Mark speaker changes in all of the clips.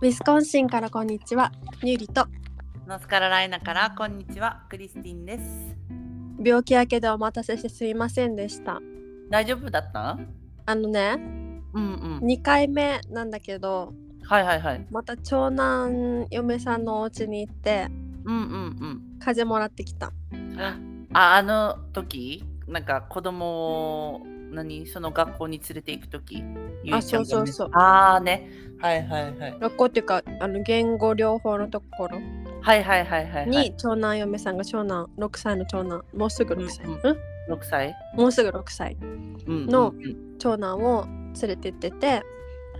Speaker 1: ウィスコンシンからこんにちは、ニューリと
Speaker 2: ノスカラライナからこんにちはクリスティンです
Speaker 1: 病気明けでお待たせしてすいませんでした。
Speaker 2: 大丈夫だった
Speaker 1: あのね、
Speaker 2: うんうん
Speaker 1: 2回目なんだけど、
Speaker 2: はいはいはい
Speaker 1: また長男嫁さんのお家に行って
Speaker 2: うんうん
Speaker 1: 風邪もらってきた。
Speaker 2: うんああの時なんか子供を何その学校に連れて行く時ゆいちゃん
Speaker 1: そう
Speaker 2: がね
Speaker 1: そうそう
Speaker 2: ああねはいはいはい
Speaker 1: 学校っていうかあの言語療法のところ
Speaker 2: はいはいはいはいはい
Speaker 1: に長男嫁さんが長男6歳の長男もうすぐ6歳、
Speaker 2: うん
Speaker 1: ん
Speaker 2: 6歳
Speaker 1: もうすぐ6歳
Speaker 2: うんうん
Speaker 1: の
Speaker 2: うん
Speaker 1: 長男を連れて行っててで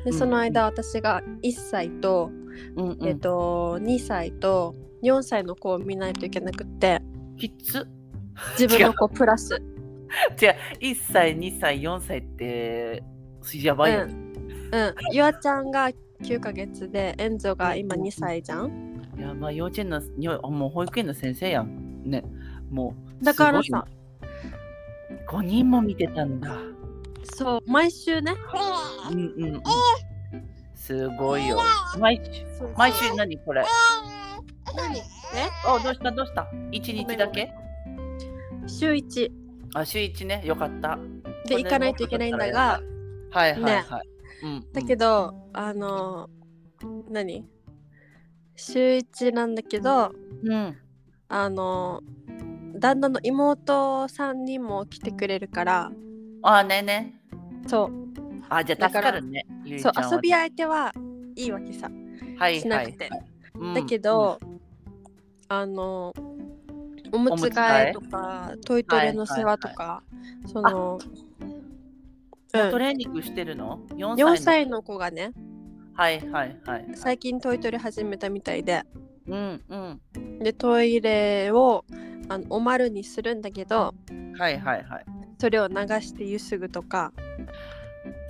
Speaker 2: うん
Speaker 1: その間私が1歳と、
Speaker 2: うんうん
Speaker 1: えっと2歳と4歳の子を見ないといけなくって
Speaker 2: きつ
Speaker 1: 自分の子プラス
Speaker 2: 違う1歳2歳4歳ってやばいよね、
Speaker 1: うんゆあちゃんが9ヶ月でエンゾが今2歳じゃん
Speaker 2: いやまあ幼稚園のにあもう保育園の先生やんねもう
Speaker 1: だから
Speaker 2: すごい
Speaker 1: さ
Speaker 2: ね5人も見てたんだ
Speaker 1: そう毎週ね
Speaker 2: うんうん、うん、すごいよ毎週毎週何これ
Speaker 1: 何
Speaker 2: あどうしたどうした1日だけ
Speaker 1: 週1
Speaker 2: あ週1ねよかった
Speaker 1: で行かないといけないんだが
Speaker 2: はいはいはい
Speaker 1: ね、
Speaker 2: うんうん
Speaker 1: だけどあの何週1なんだけど
Speaker 2: うん
Speaker 1: あの旦那の妹さんにも来てくれるから
Speaker 2: あねね
Speaker 1: そう
Speaker 2: あじゃあ助かるねゆいち
Speaker 1: そ
Speaker 2: ゃ
Speaker 1: うん
Speaker 2: は
Speaker 1: 遊び相手はいいわけさ
Speaker 2: はい
Speaker 1: しなくて、
Speaker 2: うん
Speaker 1: だけど、あのおむつ替えとかトイトレの世話とか、その、
Speaker 2: ト
Speaker 1: うん、
Speaker 2: レーニングしてるの ?4 歳の
Speaker 1: 4歳の子がね
Speaker 2: はいはいはい
Speaker 1: 最近トイトレ始めたみたいで
Speaker 2: うんうん
Speaker 1: でトイレをあのおまるにするんだけど
Speaker 2: はいはいはい
Speaker 1: それを流してゆすぐとか、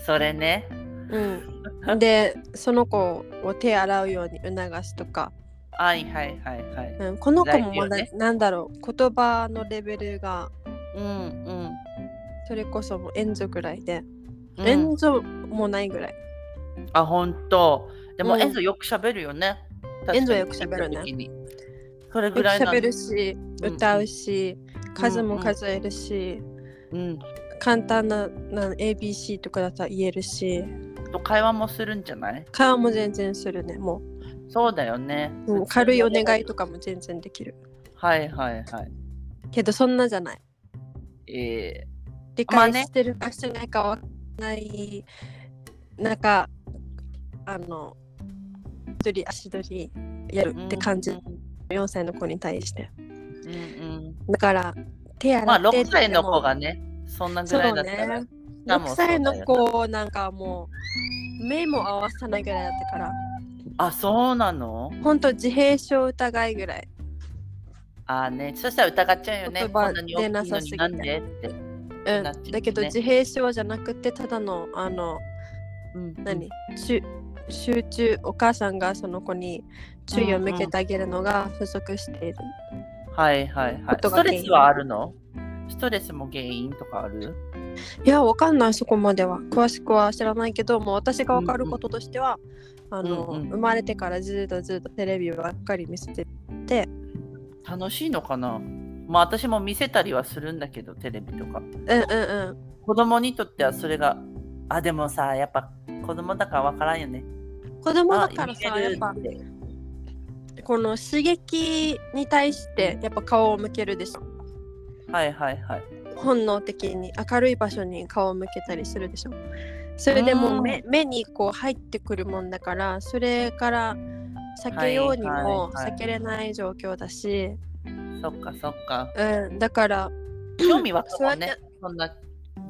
Speaker 2: それね
Speaker 1: うん、でその子を手洗うように促すとか、
Speaker 2: はいはいはいはい
Speaker 1: うん、この子もまだ、
Speaker 2: 大事よ
Speaker 1: なんだろう言葉のレベルが
Speaker 2: うんうん
Speaker 1: それこそもうエンゾぐらいで、
Speaker 2: うん
Speaker 1: エンゾもないぐらい
Speaker 2: あ本当でも、
Speaker 1: うん
Speaker 2: エンゾよく喋るよね
Speaker 1: エンゾよく喋るね
Speaker 2: 確かにそれ
Speaker 1: よく
Speaker 2: ぐらいなん
Speaker 1: 喋るし
Speaker 2: うん
Speaker 1: 歌うし、数も数えるし、
Speaker 2: うん
Speaker 1: 簡単なな ABC とかだったら言えるし
Speaker 2: と会話もするんじゃない
Speaker 1: 顔も全然するねも
Speaker 2: そうだよね、
Speaker 1: う、うん軽いお願いとかも全然できる
Speaker 2: はいはいはい
Speaker 1: けどそんなじゃない
Speaker 2: え
Speaker 1: 理
Speaker 2: まあ
Speaker 1: 解
Speaker 2: ね
Speaker 1: してるかしてないかわかんない中あの一人足取りやる
Speaker 2: ー、
Speaker 1: って感じ、
Speaker 2: うん
Speaker 1: 4歳の子に対して
Speaker 2: うんうん
Speaker 1: だから手洗って
Speaker 2: まあ6歳の
Speaker 1: で
Speaker 2: 子
Speaker 1: も
Speaker 2: がねそんなぐ
Speaker 1: そう
Speaker 2: らいだったら
Speaker 1: ね。
Speaker 2: だもん
Speaker 1: 6
Speaker 2: そうだ
Speaker 1: 歳
Speaker 2: よ
Speaker 1: の子なんかもう目も合わさないぐらいだったから、
Speaker 2: あそうなの
Speaker 1: ほんと自閉症疑いぐらい。
Speaker 2: あーねそしたら疑っちゃうよね
Speaker 1: 言葉
Speaker 2: こんなに大きいのになんでって、
Speaker 1: うん、
Speaker 2: なっちゃうね
Speaker 1: だけど自閉症じゃなくてただのあの
Speaker 2: うん、
Speaker 1: 何、集集中お母さんがその子に注意を向けてあげるのが不足している。
Speaker 2: はいはいは
Speaker 1: こ
Speaker 2: い。
Speaker 1: と
Speaker 2: ス
Speaker 1: が
Speaker 2: ト
Speaker 1: 原因
Speaker 2: レスはあるのストレスも原因とかある
Speaker 1: いやわかんないそこまでは詳しくは知らないけどもう私がわかることとしては、あの
Speaker 2: うんうん
Speaker 1: 生まれてからずっとずっとテレビばっかり見せてて、
Speaker 2: 楽しいのかなまあ私も見せたりはするんだけどテレビとか。
Speaker 1: うんうんうん
Speaker 2: 子供にとってはそれがあでもさやっぱ子供だからわからんよね。
Speaker 1: 子供
Speaker 2: あ
Speaker 1: だからさ
Speaker 2: 見れ
Speaker 1: や
Speaker 2: る
Speaker 1: っぱ
Speaker 2: て
Speaker 1: この刺激に対してやっぱ顔を向けるでしょ
Speaker 2: はいはいはい。
Speaker 1: 本能的に明るい場所に顔を向けたりするでしょそれでも
Speaker 2: う
Speaker 1: うん目目にこう入ってくるもんだからそれから避けようにも
Speaker 2: はいはいはい
Speaker 1: 避けれない状況だし、
Speaker 2: そっかそっか。
Speaker 1: うん、だから
Speaker 2: 興味湧くもん
Speaker 1: そうやっ
Speaker 2: ね。そんな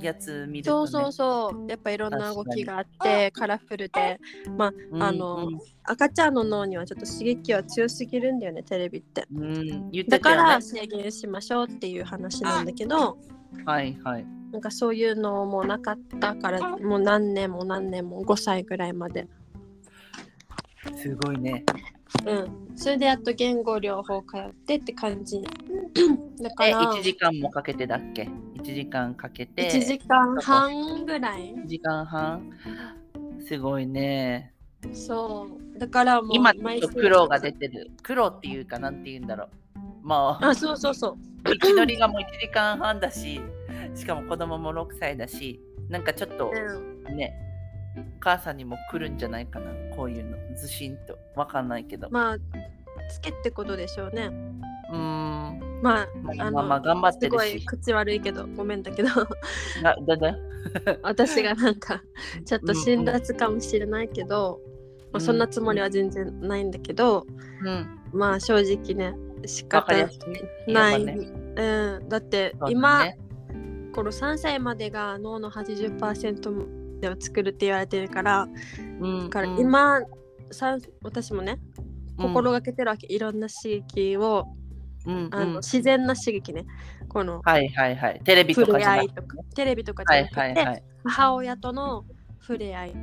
Speaker 2: やつ見ると、
Speaker 1: そ
Speaker 2: ね。
Speaker 1: うそうそうやっぱいろんな動きがあってカラフルで
Speaker 2: うん
Speaker 1: あの
Speaker 2: うん
Speaker 1: 赤ちゃんの脳にはちょっと刺激は強すぎるんだよねテレビって。
Speaker 2: うん、言って
Speaker 1: だ
Speaker 2: た
Speaker 1: か
Speaker 2: よ
Speaker 1: ら
Speaker 2: ね。
Speaker 1: 制限しましょうっていう話なんだけど、
Speaker 2: はいはい。
Speaker 1: なんかそういうのもなかったからもう何年も何年も5歳ぐらいまで。
Speaker 2: すごいね。
Speaker 1: うん。それでやっと言語療法通ってって感じ。だか
Speaker 2: え
Speaker 1: ら
Speaker 2: 1時間もかけてだっけ ?1 時間かけて。
Speaker 1: 1時間半ぐらい。
Speaker 2: 時間半すごいね
Speaker 1: そう。だからもう
Speaker 2: 今ちょっと苦労が出
Speaker 1: て
Speaker 2: てる。苦労っていうか、なんて言うんだろう。まあ、
Speaker 1: あそうそうそう
Speaker 2: 道のりがもう1時間半だし、しかも子供も6歳だし、なんかちょっとね、お母さんにも来るんじゃないかな、こういうの。ずしんと。わかんないけど。
Speaker 1: まあつけってことでしょうね
Speaker 2: うーん。
Speaker 1: まあ
Speaker 2: まあ
Speaker 1: あ
Speaker 2: まあ
Speaker 1: の
Speaker 2: まあ、頑張って
Speaker 1: す
Speaker 2: る
Speaker 1: ごい
Speaker 2: し。
Speaker 1: 口悪いけどごめんだ けど
Speaker 2: なだだ
Speaker 1: 私がなんかちょっと辛辣かもしれないけど、まあ、そんなつもりは全然ないんだけど、
Speaker 2: うん。
Speaker 1: まあ正直ね仕
Speaker 2: わか
Speaker 1: 方
Speaker 2: りやすい。
Speaker 1: ない、
Speaker 2: やっぱね
Speaker 1: うん、だって
Speaker 2: そうだね
Speaker 1: 今、この3歳までが脳の80%を作るって言われてるから
Speaker 2: うん、
Speaker 1: だから
Speaker 2: うん、
Speaker 1: 今、さん私もね
Speaker 2: うん
Speaker 1: 心がけてるわけ、いろんな刺激を
Speaker 2: うん
Speaker 1: あの、
Speaker 2: うん
Speaker 1: 自然な刺激ねこの
Speaker 2: はいはいはい。テレビと
Speaker 1: 触
Speaker 2: か
Speaker 1: れ
Speaker 2: じゃ
Speaker 1: 合
Speaker 2: ないい。
Speaker 1: とかテレビとかじ
Speaker 2: は
Speaker 1: ゃ
Speaker 2: い
Speaker 1: なくて、
Speaker 2: はいはい。
Speaker 1: 母親との触れ合い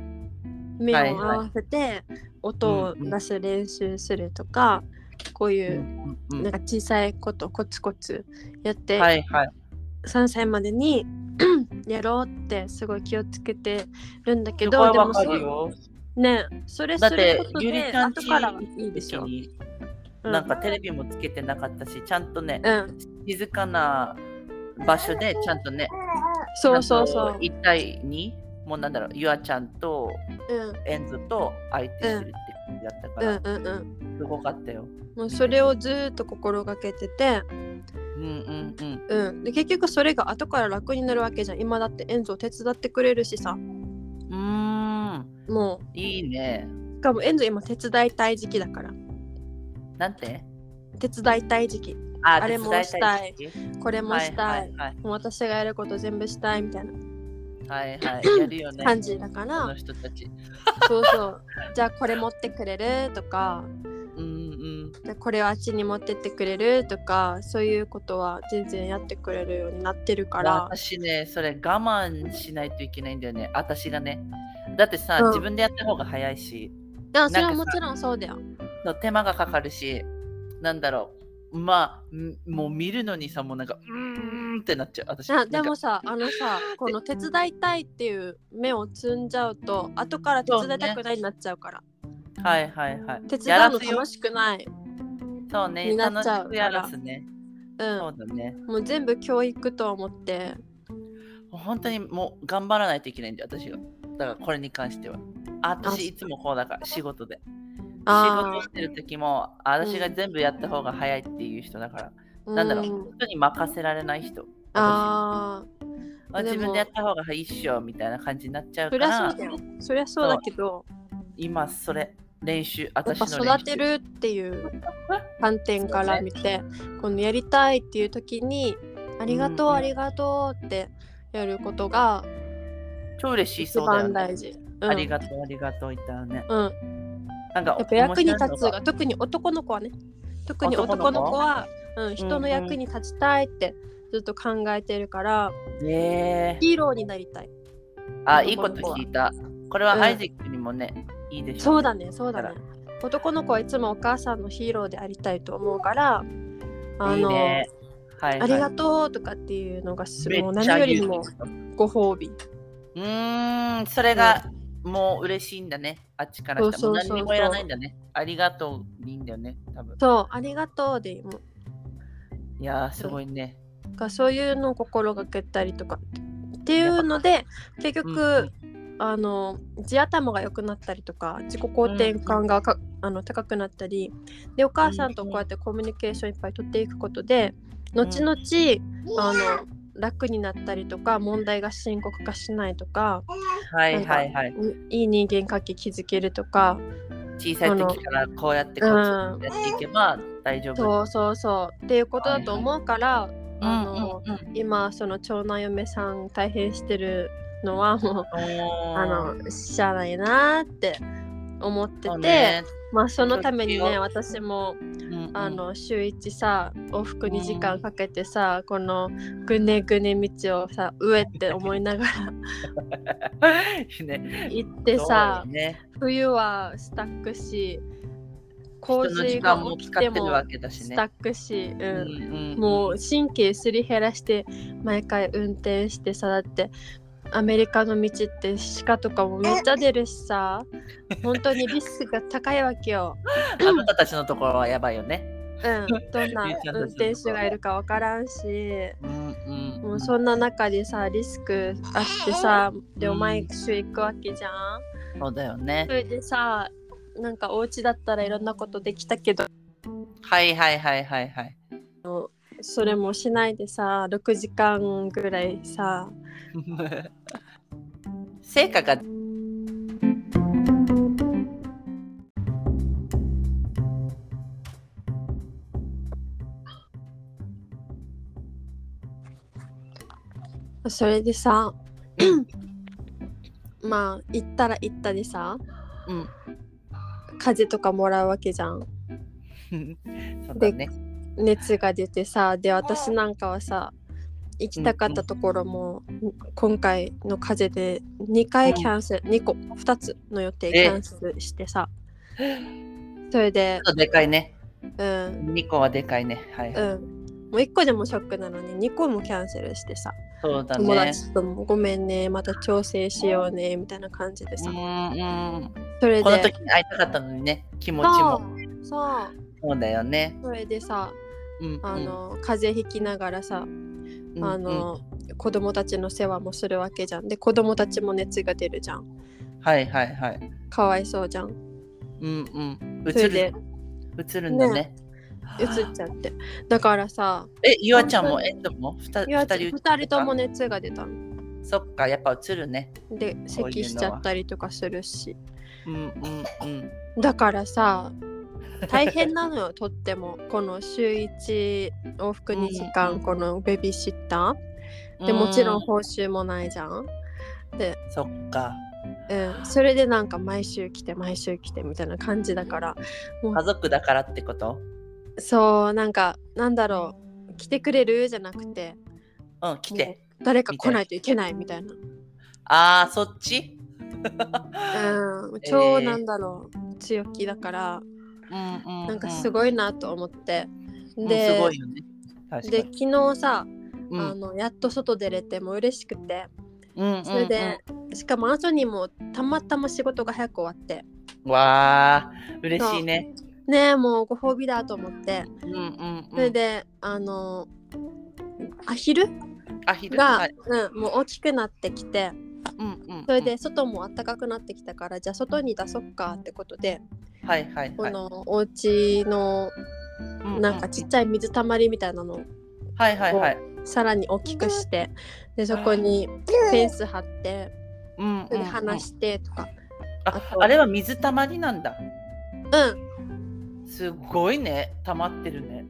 Speaker 1: 目を
Speaker 2: はい
Speaker 1: 合わせて音を出す練習するとか、こういううん
Speaker 2: うん
Speaker 1: なんか小さいことコツコツやって、
Speaker 2: はいはい。
Speaker 1: 3歳までに やろうってすごい気をつけてるんだけ
Speaker 2: すご
Speaker 1: ど
Speaker 2: いわか
Speaker 1: そ
Speaker 2: るよ。
Speaker 1: ねそれ
Speaker 2: だ
Speaker 1: す
Speaker 2: っ
Speaker 1: る
Speaker 2: て
Speaker 1: こと
Speaker 2: ゆり
Speaker 1: で
Speaker 2: ちゃんち
Speaker 1: 後からいいでしょ、う
Speaker 2: なんかテレビもつけてなかったし、ちゃんとね
Speaker 1: う、ん、
Speaker 2: 静かな場所でちゃんとね、
Speaker 1: そうそうそ
Speaker 2: あの
Speaker 1: う、
Speaker 2: 一対二もうなんだろう、ゆあちゃんと
Speaker 1: うん、
Speaker 2: エンゾと相手するって感じだったか
Speaker 1: うん
Speaker 2: ら、
Speaker 1: うんうん
Speaker 2: すごかったよ。
Speaker 1: もうそれをずーっと心がけてて、
Speaker 2: うんうんうん。
Speaker 1: うん、で結局それが後から楽になるわけじゃん今だってエンゾ手伝ってくれるしさ
Speaker 2: うーん、
Speaker 1: も
Speaker 2: いいね。
Speaker 1: うしかもエンゾ今手伝いたい時期だから
Speaker 2: なんて
Speaker 1: 手伝いたい時期
Speaker 2: あ
Speaker 1: あれもしたい。
Speaker 2: 手伝
Speaker 1: これも
Speaker 2: た
Speaker 1: し
Speaker 2: い
Speaker 1: たい、
Speaker 2: はいはい
Speaker 1: もう私がやること全部したいみたいな
Speaker 2: はいはいはい。やるよね。
Speaker 1: 感じだか
Speaker 2: こ
Speaker 1: ら、
Speaker 2: の人たち。
Speaker 1: そうそう。 じゃあこれ持ってくれるとか、
Speaker 2: うん
Speaker 1: じゃあこれをあっちに持ってってくれるとか、そういうことは全然やってくれるようになってる
Speaker 2: う
Speaker 1: か
Speaker 2: ん。
Speaker 1: ら。
Speaker 2: 私ね、それ我慢しないといけないんだよね。私がね。だってさ、
Speaker 1: うん
Speaker 2: 自分でやった方が早いし、
Speaker 1: あそれは
Speaker 2: なん
Speaker 1: も
Speaker 2: かさ
Speaker 1: ちろんそうだよ。
Speaker 2: の手間がかかるし、なんだろう。まあ、んもう見るのにさ、もうなんか、うーんってなっちゃう。私
Speaker 1: あでも
Speaker 2: なんか
Speaker 1: さ、あの さ、この手伝いたいっていう目を積んじゃうと、後から手伝いたくないになっちゃうから。
Speaker 2: はいはいはい。
Speaker 1: 手伝うの
Speaker 2: やら
Speaker 1: 楽
Speaker 2: すよ
Speaker 1: しくない。
Speaker 2: そうね、
Speaker 1: になっ
Speaker 2: 楽
Speaker 1: ちゃう
Speaker 2: しくやらすね。
Speaker 1: うん
Speaker 2: そうだね。
Speaker 1: もう全部教育と思って。
Speaker 2: 本当にもう頑張らないといけないんだよ、私が。だからこれに関しては。あ私いつもこうだから、仕事で。仕
Speaker 1: あ
Speaker 2: 事してる時も、あ私が全部やった方が早いっていう人だから、
Speaker 1: あ、
Speaker 2: なんだろう、
Speaker 1: う。
Speaker 2: 人に任せられない人。
Speaker 1: あ
Speaker 2: あ
Speaker 1: でも
Speaker 2: 自分でやった方がいいっしょみたいな感じになっちゃ
Speaker 1: あ、
Speaker 2: う
Speaker 1: そ
Speaker 2: か
Speaker 1: りゃそ
Speaker 2: ら
Speaker 1: う、だよ。そりゃそうだけど。
Speaker 2: 今それ、練習、
Speaker 1: やっ
Speaker 2: 私
Speaker 1: ぱ
Speaker 2: の練習。
Speaker 1: 育てるっていう観点から見て、このやりたいっていう時に「ありがとう、
Speaker 2: うんうん
Speaker 1: ありがとう」ってやることが
Speaker 2: 超嬉しい
Speaker 1: 一
Speaker 2: そうだよ、
Speaker 1: 番
Speaker 2: ね
Speaker 1: 大事。
Speaker 2: あり
Speaker 1: が
Speaker 2: がとう、ありがとう、いったらね。
Speaker 1: うん、
Speaker 2: なんか
Speaker 1: やっぱ役に立
Speaker 2: 面
Speaker 1: つ
Speaker 2: 白いの
Speaker 1: が特に男の子はね特に男
Speaker 2: 男
Speaker 1: の
Speaker 2: の
Speaker 1: 子
Speaker 2: 子
Speaker 1: は、うん、人の役に立ちたいってずっと考えてるから、
Speaker 2: ねえ
Speaker 1: ヒーローになりたい
Speaker 2: あ、いいこと聞いた。これ
Speaker 1: う
Speaker 2: は
Speaker 1: ん
Speaker 2: アイゼックにもね、いいでしょ
Speaker 1: そうだねそうだね
Speaker 2: だか
Speaker 1: 男の子はいつもお母さんのヒーローでありたいと思うからあの
Speaker 2: いいね。はい、
Speaker 1: ありが
Speaker 2: と
Speaker 1: とうとかっていうのがすごい
Speaker 2: めっち
Speaker 1: 何
Speaker 2: ゃ
Speaker 1: より
Speaker 2: 言う
Speaker 1: もご褒美
Speaker 2: うーん、それがもう嬉しいんだね。あっちからしたら。
Speaker 1: そうそうそうそう
Speaker 2: もう何にもいらないんだね。ありがとうでいいんだよね。多分
Speaker 1: そう、ありがとうでもう
Speaker 2: いやー、すごいね。
Speaker 1: がそういうのを心がけたりとかっていうので結局、あの地頭が良くなったりとか自己肯定感がかあの高くなったりでお母さんとこうやってコミュニケーションいっぱい取っていくことで後々、あの楽になったりとか問題が深刻化しないとか
Speaker 2: はいはいはい。
Speaker 1: いい人間関係築けるとか
Speaker 2: 小さい時からこうやってこうやってやっていけば大丈夫。
Speaker 1: そうそうそうっていうことだと思うから、
Speaker 2: うん
Speaker 1: あ
Speaker 2: うん
Speaker 1: の、
Speaker 2: うん
Speaker 1: 今その長男嫁さん大変してるのはもうあ
Speaker 2: あ
Speaker 1: のしゃあないなーって思ってて、まあそのために
Speaker 2: そう
Speaker 1: ね
Speaker 2: ですよ
Speaker 1: 私もあの週一さ往復2時間かけてさ、このぐねぐね道をさ上って思いな がら
Speaker 2: ね、
Speaker 1: 行ってさ、
Speaker 2: そうね、
Speaker 1: 冬はスタックし洪
Speaker 2: 人の時
Speaker 1: 水
Speaker 2: 間
Speaker 1: が
Speaker 2: も
Speaker 1: 起
Speaker 2: 使
Speaker 1: き
Speaker 2: って
Speaker 1: て
Speaker 2: る
Speaker 1: も
Speaker 2: わけだし
Speaker 1: ス
Speaker 2: ね
Speaker 1: タ。ックし、うん
Speaker 2: うんん
Speaker 1: もう神経すり減らして毎回運転してさだってアメリカの道って鹿とかもめっちゃ出るしさ本当にリスクが高いわけよ。
Speaker 2: あなたたちのところはやばいよね。
Speaker 1: うん、どんな運転手がいるかわからんし
Speaker 2: うんうん。
Speaker 1: もうそんな中でさリスクあってさでお前週行くわけじゃん。
Speaker 2: そうだよね
Speaker 1: そ。れでさなんかお家だったらいろんなことできたけど
Speaker 2: はいはいはいはいはい。
Speaker 1: それもしないでさ6時間ぐらいさ
Speaker 2: 成果が
Speaker 1: それでさ まあ行ったら行ったでさ
Speaker 2: うん。
Speaker 1: 風邪とかもらうわけじゃん
Speaker 2: そうだね。
Speaker 1: 熱が出てさで私なんかはさ行きたかったところも、今回の風邪で2回キャンセル、2個2つの予定キャンセルしてさそれで
Speaker 2: ちょっとでかいね。
Speaker 1: うん
Speaker 2: 2個はでかいね。はい、は
Speaker 1: う
Speaker 2: い。
Speaker 1: んもう1個でもショックなのに2個もキャンセルしてさ
Speaker 2: そうだ
Speaker 1: 友
Speaker 2: ね。
Speaker 1: 達ともごめんねまた調整しようねみたいな感じで
Speaker 2: う
Speaker 1: さ
Speaker 2: んうん。
Speaker 1: それで
Speaker 2: この時に会いたかったのにね、気持ち
Speaker 1: そう
Speaker 2: も。
Speaker 1: そう
Speaker 2: そうだよね。
Speaker 1: それでさ
Speaker 2: うんうん、
Speaker 1: あの、風邪ひきながらさ
Speaker 2: うんうん、
Speaker 1: あの、子供たちの世話もするわけじゃんで子供たちも熱が出るじゃん
Speaker 2: はいはいはい。
Speaker 1: かわいそうじゃん
Speaker 2: うんうん。
Speaker 1: それ
Speaker 2: 映
Speaker 1: で
Speaker 2: る映るんだね。
Speaker 1: うつっちゃってだからさ
Speaker 2: え、ゆあちゃんもえっともふた
Speaker 1: いや
Speaker 2: 二人移っ
Speaker 1: 2人とも熱が出たの
Speaker 2: そっか、やっぱ映るね。
Speaker 1: で
Speaker 2: そういうのは
Speaker 1: 咳しちゃったりとかするし
Speaker 2: うんうんうん。
Speaker 1: だからさ大変なの よとってもこの週1往復2時
Speaker 2: うんう
Speaker 1: 間
Speaker 2: ん
Speaker 1: このベビーシッターでもちろん報酬もないじゃん、
Speaker 2: うん。そっか。
Speaker 1: うん、それでなんか毎週来て毎週来てみたいな感じだから
Speaker 2: 家族だからってこと
Speaker 1: そうなんかなんだろう来てくれるじゃなくて
Speaker 2: うん、来
Speaker 1: も
Speaker 2: て。
Speaker 1: う誰か来ないといけないみたいな
Speaker 2: ああ、そっち
Speaker 1: うん、超なんだろう、強気だから
Speaker 2: うんうん、
Speaker 1: なんかす
Speaker 2: い。
Speaker 1: ごいなと思って、
Speaker 2: うん
Speaker 1: で,、
Speaker 2: すごいよね。確か
Speaker 1: で
Speaker 2: に。
Speaker 1: 昨日さ、
Speaker 2: うん
Speaker 1: あのやっと外出れてもう嬉しくて
Speaker 2: うんうんうん
Speaker 1: それで、しかもアンソニーもたまたま仕事が早く終わって
Speaker 2: わあ、嬉しいね。
Speaker 1: ねえもうご褒美だと思って
Speaker 2: うんうんうん。
Speaker 1: それで、あのアヒル
Speaker 2: アヒル
Speaker 1: が、
Speaker 2: はい
Speaker 1: うん、もう大きくなってきて
Speaker 2: うんうんうん
Speaker 1: それで外も暖かくなってきたからじゃあ外に出そっかってことで
Speaker 2: はいはいはい。
Speaker 1: このお家の
Speaker 2: うう
Speaker 1: なんかちっちゃい水たまりみたいなのを
Speaker 2: はいはいはい。
Speaker 1: さらに大きくしてでそこにフェンス張って
Speaker 2: うん
Speaker 1: それで話してとか
Speaker 2: ああれは水たまりなんだ。
Speaker 1: うん
Speaker 2: すごいね、溜まってるね。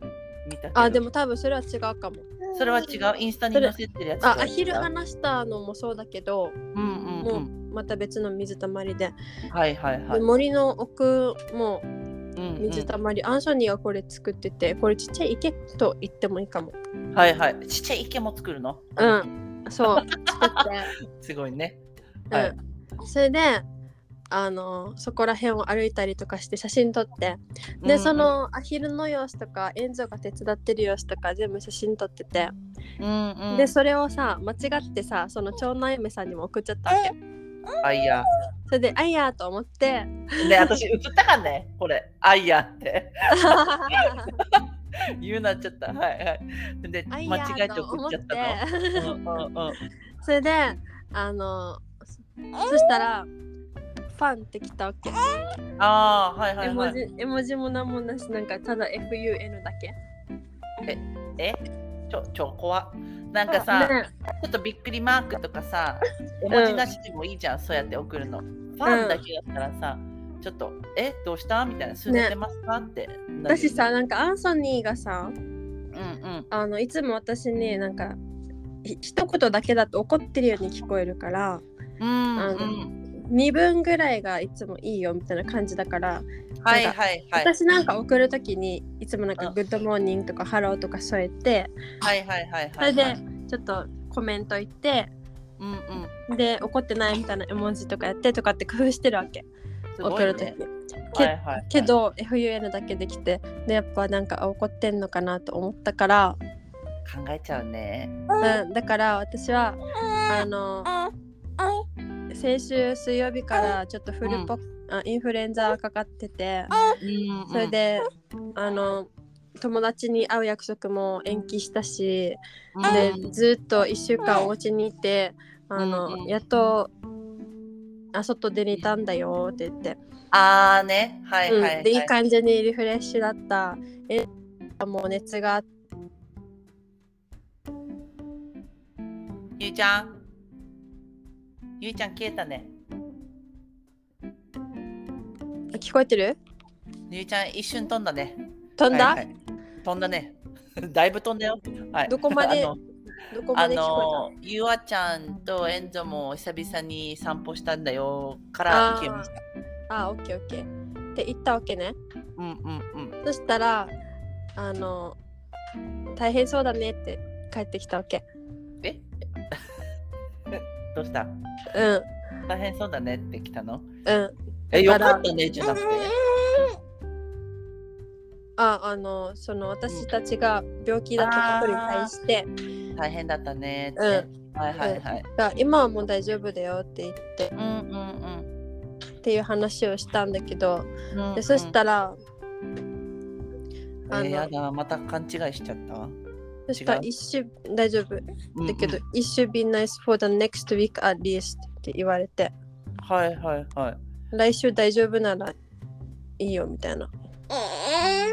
Speaker 2: 見たけど
Speaker 1: あでも多分それは違うかも
Speaker 2: それは違う、インスタに載せてるやつ
Speaker 1: あア
Speaker 2: とは違う。
Speaker 1: ヒル話したのもそうだけど
Speaker 2: うんうんう。
Speaker 1: もうんまた別の水たまりで
Speaker 2: はいはいは
Speaker 1: で
Speaker 2: い。
Speaker 1: 森の奥も
Speaker 2: うんうん
Speaker 1: 水たまりアンソニーがこれ作っててこれちっちゃい池と言ってもいいかも
Speaker 2: はいはい。ちっちゃい池も作るの
Speaker 1: うん そう作って。
Speaker 2: すごいね。はい。
Speaker 1: うん、それであのそこら辺を歩いたりとかして写真撮って
Speaker 2: うんう
Speaker 1: で、
Speaker 2: ん
Speaker 1: そ、のアヒルの様子とかエンゾが手伝ってる様子とか全部写真撮ってて、
Speaker 2: うんうん、
Speaker 1: でそれをさ間違ってさその長男嫁さんにも送っちゃったわけ
Speaker 2: あいや。
Speaker 1: それであいやーと思って
Speaker 2: ね、私映ったかね、これ。あいやって。 言うなっちゃった。はいはい。で、
Speaker 1: あ
Speaker 2: 間
Speaker 1: いや
Speaker 2: 違え
Speaker 1: ー
Speaker 2: て
Speaker 1: と
Speaker 2: 送
Speaker 1: 思
Speaker 2: っ
Speaker 1: っ
Speaker 2: ち
Speaker 1: て
Speaker 2: ゃったの。うんうんうん。
Speaker 1: それであのそそしたらファンって来たわけ、
Speaker 2: ああ、はいはい
Speaker 1: 絵文
Speaker 2: はい。
Speaker 1: 字絵文字も何もなしなんかただ FUN だけ
Speaker 2: えちょ、ちょ、怖なんかさ、
Speaker 1: ね
Speaker 2: ちょっとびっくりマークとかさ、絵文字なしでもいいじゃん、そうやって送るの。ファンだけだったらさ、ちょっと、え、どうしたみたいな、すねてますか、って。なるよね
Speaker 1: 私さ、なんかアンソニーがさ
Speaker 2: うんうん。
Speaker 1: あのいつも私になんかひ一言だけだと怒ってるように聞こえるから
Speaker 2: うん
Speaker 1: あ
Speaker 2: う
Speaker 1: の
Speaker 2: ん、
Speaker 1: 2分ぐらいがいつもいいよみたいな感じだから、
Speaker 2: はいはいはい。
Speaker 1: 私なんか送る時にいつもなんか
Speaker 2: う
Speaker 1: 「
Speaker 2: ん
Speaker 1: グッドモーニング」とか「ハロー」とか添えて
Speaker 2: はいはいはいはい。
Speaker 1: それで、ちょっとコメント言って
Speaker 2: うんうん。
Speaker 1: で怒ってないみたいな絵文字とかやってとかって工夫してるわけ、
Speaker 2: すご
Speaker 1: 送
Speaker 2: い
Speaker 1: る
Speaker 2: よ
Speaker 1: 時
Speaker 2: ね。
Speaker 1: け
Speaker 2: はいはいはい
Speaker 1: け、ど FUN だけできてでやっぱなんかあ怒ってんのかなと思ったから、
Speaker 2: 考えちゃうね。
Speaker 1: うん、だから私はあの先週水曜日からちょっとフルポ、あインフルエンザかかっててそれ、であの友達に会う約束も延期したし
Speaker 2: うん
Speaker 1: で
Speaker 2: うん
Speaker 1: ずっと1週間お家にいてあ
Speaker 2: うんう
Speaker 1: の
Speaker 2: ん
Speaker 1: やっとあ外出れたんだよって言って、
Speaker 2: ああね、はいはい、は
Speaker 1: うん、
Speaker 2: い。
Speaker 1: でいい感じにリフレッシュだったえもう熱が
Speaker 2: ゆいちゃん。ゆいちゃん消えたね。
Speaker 1: 聞こえてる
Speaker 2: ゆいちゃん一瞬飛んだね。
Speaker 1: 飛んだ、
Speaker 2: はいはい飛んだね。 だいぶ飛んだよ。はい。
Speaker 1: どこまで
Speaker 2: あの
Speaker 1: どこ
Speaker 2: あ
Speaker 1: まで聞こ
Speaker 2: のゆあちゃんとエンゾも久々に散歩したんだよか
Speaker 1: あ
Speaker 2: ら
Speaker 1: ー
Speaker 2: 消えました。
Speaker 1: えたあオッケーオッケーって言ったわけね
Speaker 2: うんうん
Speaker 1: そしたらあの大変そうだねって帰ってきたわけ
Speaker 2: うん。え どうした
Speaker 1: うん
Speaker 2: 大変そうだねって来たの
Speaker 1: うん
Speaker 2: え、よ
Speaker 1: だから
Speaker 2: かったねじゃなくて。
Speaker 1: ああのその私たちが病気だったことに対して、
Speaker 2: 大変だったねって。
Speaker 1: う
Speaker 2: はいはいはい。
Speaker 1: が今はもう大丈夫だよって言って
Speaker 2: うんうん
Speaker 1: っていう話をしたんだけど、
Speaker 2: うんうんうん。
Speaker 1: でそしたら、
Speaker 2: え
Speaker 1: あの
Speaker 2: ー、やだ、また勘違いしちゃった。
Speaker 1: そしたら
Speaker 2: 違う
Speaker 1: 一週大丈夫だけど、
Speaker 2: うん
Speaker 1: 一週 be nice for the next week at least って言われて
Speaker 2: うんはいはいはい。
Speaker 1: 来週大丈夫ならいいよみたいな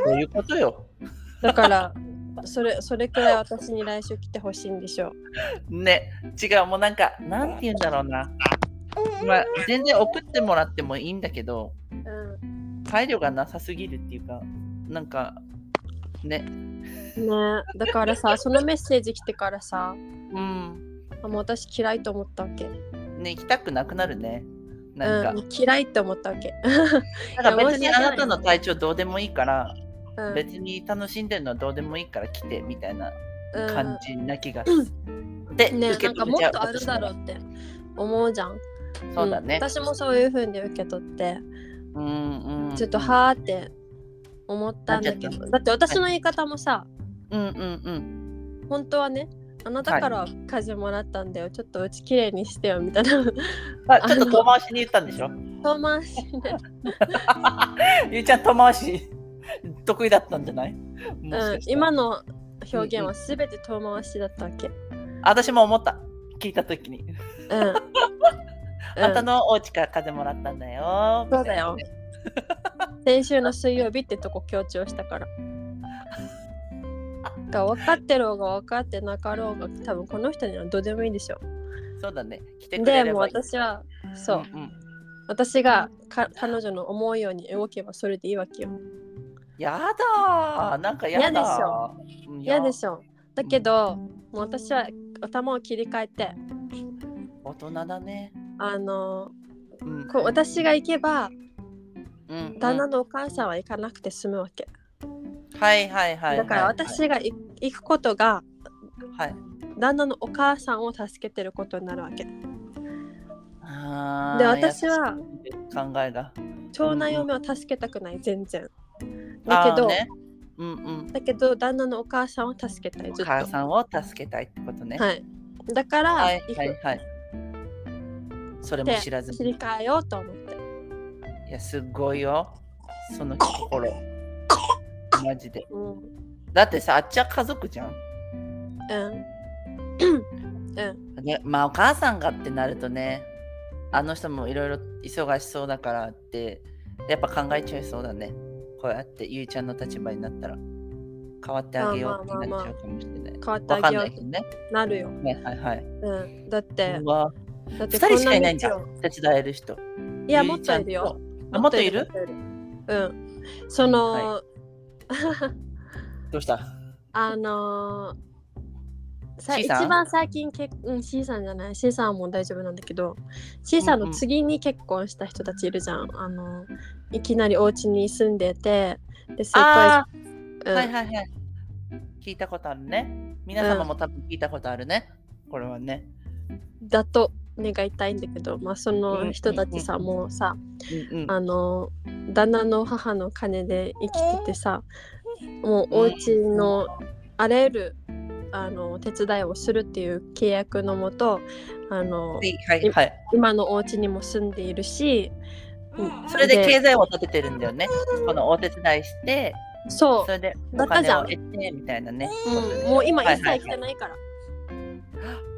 Speaker 2: どういうことよ。
Speaker 1: だからそれそれくらい私に来週来てほしいんでしょう
Speaker 2: ね、違う、もうなんか、なんて言うんだろうな。まあ、全然送ってもらってもいいんだけど、配慮がなさすぎるっていうか、なんか、ね、
Speaker 1: うん、ねえだからさそのメッセージ来てからさ
Speaker 2: うん、
Speaker 1: あもう私嫌いと思ったわけ
Speaker 2: ね、行きたくなくなるね。なんか、
Speaker 1: うん、嫌いって思ったわけ、
Speaker 2: なんか別に
Speaker 1: いや申し訳
Speaker 2: あ
Speaker 1: ない
Speaker 2: なたの体調どうでもいいから、
Speaker 1: うん
Speaker 2: 別に楽しんでるのはどうでもいいから来てみたいな
Speaker 1: うん
Speaker 2: 感じな気がする。で、
Speaker 1: ね
Speaker 2: 受
Speaker 1: な
Speaker 2: け
Speaker 1: んか
Speaker 2: 止め
Speaker 1: も
Speaker 2: ちゃ
Speaker 1: っ
Speaker 2: う
Speaker 1: とあるだろうって思うじゃん
Speaker 2: 私もそうだね
Speaker 1: ん。私もそういう風に受け取って
Speaker 2: うんうん。
Speaker 1: ちょっとはーって思ったんだけ
Speaker 2: なっちゃ
Speaker 1: どだって私の言い方もさ、
Speaker 2: うんうんうん。
Speaker 1: 本当はねあなたから風邪もらったんだよ、ちょっとうちきれいにしてよみたいな
Speaker 2: あ、ちょっと遠回しに言ったんでしょ
Speaker 1: 遠回しね
Speaker 2: ゆうちゃん遠回し 得意だったんじゃないもし
Speaker 1: う
Speaker 2: か
Speaker 1: ん
Speaker 2: したら
Speaker 1: 今の表現は全て遠回しだったわけ
Speaker 2: 私も思った聞いた時に、
Speaker 1: うん、うん
Speaker 2: あんたのお家から風もらったんだよ
Speaker 1: そうだよ 先週の水曜日ってとこ強調したから。だから分かってろうが分かってなかろうが多分この人にはどうでもいいでしょ。
Speaker 2: そうだね来てくれ
Speaker 1: で
Speaker 2: れ
Speaker 1: も
Speaker 2: ばいい
Speaker 1: 私はそう
Speaker 2: うんうん
Speaker 1: 私がか彼女の思うように動けばそれでいいわけよ。
Speaker 2: やだーなんかやだ
Speaker 1: 嫌でしょ
Speaker 2: うん
Speaker 1: 嫌でしょ。だけどもう私は頭を切り替えて
Speaker 2: 大人だね
Speaker 1: あの
Speaker 2: うん
Speaker 1: こう私が行けば
Speaker 2: うんうん
Speaker 1: 旦那のお母さんは行かなくて済むわけ。
Speaker 2: はいはいはいはい
Speaker 1: だから私がい行くことが
Speaker 2: はい
Speaker 1: 旦那のお母さんを助けてることになるわけ。
Speaker 2: あー
Speaker 1: で私は
Speaker 2: 優しい考えが
Speaker 1: 長男嫁を助けたくない全然。だ
Speaker 2: あ
Speaker 1: け
Speaker 2: ー
Speaker 1: ど、
Speaker 2: ねうんうん
Speaker 1: だけど旦那のお母さんを助けたいずっと。
Speaker 2: お母さんを助けたいってことね
Speaker 1: はい。だから、
Speaker 2: はい
Speaker 1: 行く
Speaker 2: はいはいそれも
Speaker 1: って
Speaker 2: 知らず
Speaker 1: 切
Speaker 2: に
Speaker 1: り替えようと思って。
Speaker 2: いや、すごいよ。その心。マジで。
Speaker 1: うん。
Speaker 2: だってさ、あっちは家族じゃん。
Speaker 1: うん。うん。
Speaker 2: ね、まあ、お母さんがってなるとね、あの人もいろいろ忙しそうだからって、やっぱ考えちゃいそうだね。こうやって、ゆいちゃんの立場になったら、変わってあげようってなっちゃうかもしれない。
Speaker 1: 変わって
Speaker 2: わ
Speaker 1: あ
Speaker 2: か
Speaker 1: げよ
Speaker 2: んな
Speaker 1: う
Speaker 2: いけどね。
Speaker 1: となるよ。
Speaker 2: はいはいはい。
Speaker 1: うん。だって
Speaker 2: う、わ
Speaker 1: だっ
Speaker 2: 二
Speaker 1: て
Speaker 2: 人しかいないんじゃ
Speaker 1: こな道
Speaker 2: ん。手伝える人。
Speaker 1: をいや、
Speaker 2: ゆ
Speaker 1: もっ
Speaker 2: いち
Speaker 1: と
Speaker 2: ゃ
Speaker 1: い
Speaker 2: ん
Speaker 1: るよ。。
Speaker 2: あ、もっといる
Speaker 1: もっといるうん。その、
Speaker 2: はどうした
Speaker 1: あのーさ
Speaker 2: C
Speaker 1: 一
Speaker 2: さん
Speaker 1: 番最近け、うん、C さんじゃない C さんも大丈夫なんだけど C さんの次に結婚した人たちいるじゃん、あのいきなりお家に住んでてですごい、
Speaker 2: あ
Speaker 1: う
Speaker 2: あ、
Speaker 1: ん
Speaker 2: はいはいはい。聞いたことあるね。皆様も多分聞いたことあるね。これはね。
Speaker 1: だと願いたいんだけど、まあ、その人たちさ、
Speaker 2: うん
Speaker 1: もうさ
Speaker 2: うんうん
Speaker 1: あの旦那の母の金で生きててさもうお家のあらゆるあの手伝いをするっていう契約のもとあの
Speaker 2: はいはいはい。
Speaker 1: 今のお家にも住んでいるしうん
Speaker 2: それで経済を立ててるんだよね。このお手伝いして、
Speaker 1: そ
Speaker 2: それで
Speaker 1: だ
Speaker 2: お
Speaker 1: ったじ
Speaker 2: 金
Speaker 1: ゃ
Speaker 2: を
Speaker 1: ん
Speaker 2: 得てみたいなね。
Speaker 1: う、うん、もう今一切
Speaker 2: は
Speaker 1: 来
Speaker 2: いはいは
Speaker 1: て
Speaker 2: い
Speaker 1: ないから、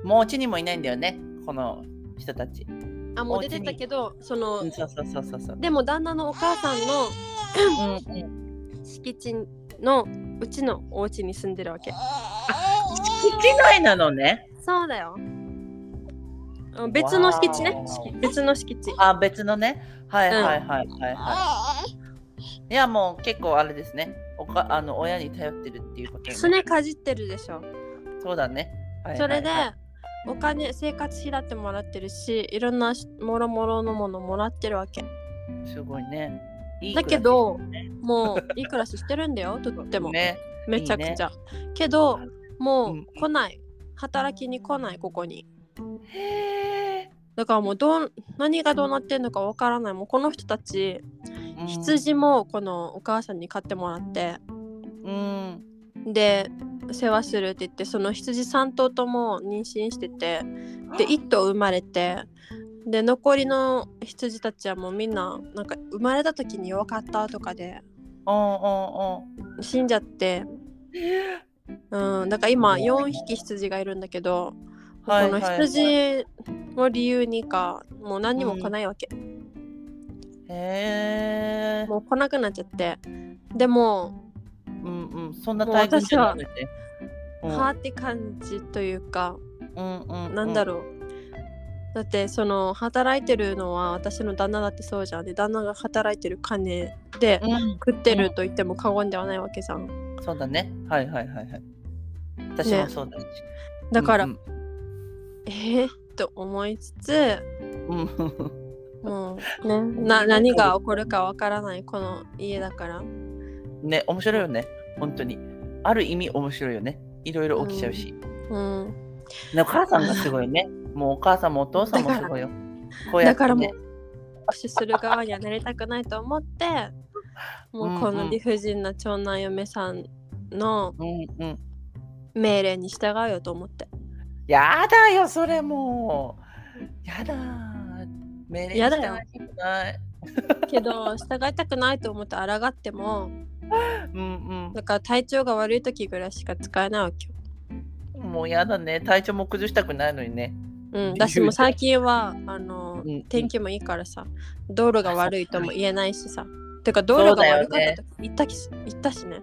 Speaker 2: もううちにもいないんだよね、この人たち。
Speaker 1: あもう出てたけどその、
Speaker 2: うん、そうそうそうそうそう。
Speaker 1: でも旦那のお母さんの
Speaker 2: うんうん、
Speaker 1: 敷地のうちのお家に住んでるわけ
Speaker 2: 敷地内なのね。
Speaker 1: そうだよあ別の敷地ね
Speaker 2: わー
Speaker 1: 敷別の敷地
Speaker 2: あ、別のね。はい
Speaker 1: うん
Speaker 2: はいはいはいはい。いやもう結構あれですね。おかあの親に頼ってるっていうことよね
Speaker 1: すねかじってるでしょ
Speaker 2: そうだね。はい
Speaker 1: それで
Speaker 2: はいはい
Speaker 1: お金生活費だってもらってるしいろんなしもろもろのものもらってるわけ
Speaker 2: すごいね。いい
Speaker 1: だけどもういい暮らししてるんだ よとっ
Speaker 2: 暮らし
Speaker 1: ても、
Speaker 2: ね、
Speaker 1: めちゃくちゃけども
Speaker 2: うん
Speaker 1: う来ない働きに来ないここに
Speaker 2: へえ。
Speaker 1: だからもうどん何がどうなってんのかわからないもうこの人たち
Speaker 2: うん、
Speaker 1: 羊もこのお母さんに買ってもらって
Speaker 2: うん。
Speaker 1: で世話するって言ってその羊3頭とも妊娠しててで1頭生まれてで残りの羊たちはもうみんななんか生まれた時に弱かったとかで
Speaker 2: おうんうん
Speaker 1: 死んじゃって
Speaker 2: うん。
Speaker 1: うんだから今4匹羊がいるんだけど、
Speaker 2: はい
Speaker 1: この
Speaker 2: はい
Speaker 1: 羊を理由にかもう何にも来ないわけ、
Speaker 2: へえ。
Speaker 1: もう来なくなっちゃってでも、
Speaker 2: うんうん。そんな大変じゃなくて。うん
Speaker 1: はーって感じというか
Speaker 2: うんうんう
Speaker 1: なんだろう、だってその働いてるのは私の旦那だってそうじゃんで旦那が働いてる金で
Speaker 2: うん、
Speaker 1: 食ってると言っても過言ではないわけじゃん
Speaker 2: そうだね。はいはいはいはい。私もそうだし。
Speaker 1: だから、
Speaker 2: うん
Speaker 1: えー、と思いつつ
Speaker 2: うん。うん
Speaker 1: もうねな何が起こるかわからないこの家だから
Speaker 2: ね、面白いよね。本当に。ある意味面白いよね。いろいろ起きちゃうし。
Speaker 1: うん
Speaker 2: ねお母さんがすごいね。もうお母さんもお父さんもすごいよ。こうや
Speaker 1: だ
Speaker 2: って、
Speaker 1: からも
Speaker 2: ね
Speaker 1: う、握手する側にはなりたくないと思ってもうこ
Speaker 2: うんう
Speaker 1: の
Speaker 2: ん
Speaker 1: 理不尽な長男嫁さんの
Speaker 2: うんうん。
Speaker 1: 命令に従うよと思って
Speaker 2: やだよ、それもう。やだ。命令
Speaker 1: やだよ
Speaker 2: したくない。
Speaker 1: けど従いたくないと思って抗っても
Speaker 2: うん
Speaker 1: だから体調が悪い時ぐらいしか使えないわけよ。
Speaker 2: うん。もうやだね。体調も崩したくないのにね。
Speaker 1: うん、私も最近はあの
Speaker 2: うん
Speaker 1: 天気もいいからさ道路が悪いとも言えないしさ。てか道路が悪かったと言ったきし言ったし ね。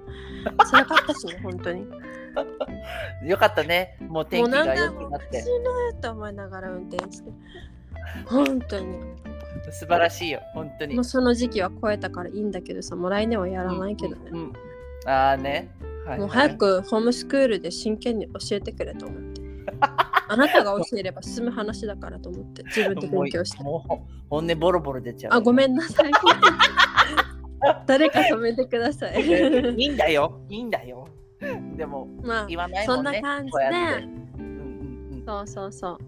Speaker 1: 辛かったしね、本当に。
Speaker 2: よかったね。もう天
Speaker 1: もう
Speaker 2: 気が
Speaker 1: 何回
Speaker 2: 良く
Speaker 1: も
Speaker 2: なっ
Speaker 1: 死
Speaker 2: て。
Speaker 1: ぬと思いながら運転して。本当に。
Speaker 2: 素晴らしいよ、本当に
Speaker 1: もう。その時期は超えたからいいんだけどさ、もう来年はやらないけどね。
Speaker 2: うんうんうんああね。はい
Speaker 1: もう早。くホームスクールで真剣に教えてくれと思って。 あなたが教えれば進む話だからと思って自分で
Speaker 2: もう
Speaker 1: 勉強して。
Speaker 2: もう本音ボロボロ出ちゃう。
Speaker 1: あ、ご
Speaker 2: ん。
Speaker 1: めんな さい。誰か止めてくださ い。
Speaker 2: いいんだよ。いいんだよ。でも
Speaker 1: まあ、
Speaker 2: 言わないもんね。
Speaker 1: そんな感じで
Speaker 2: こうやってうん
Speaker 1: そうそうそう。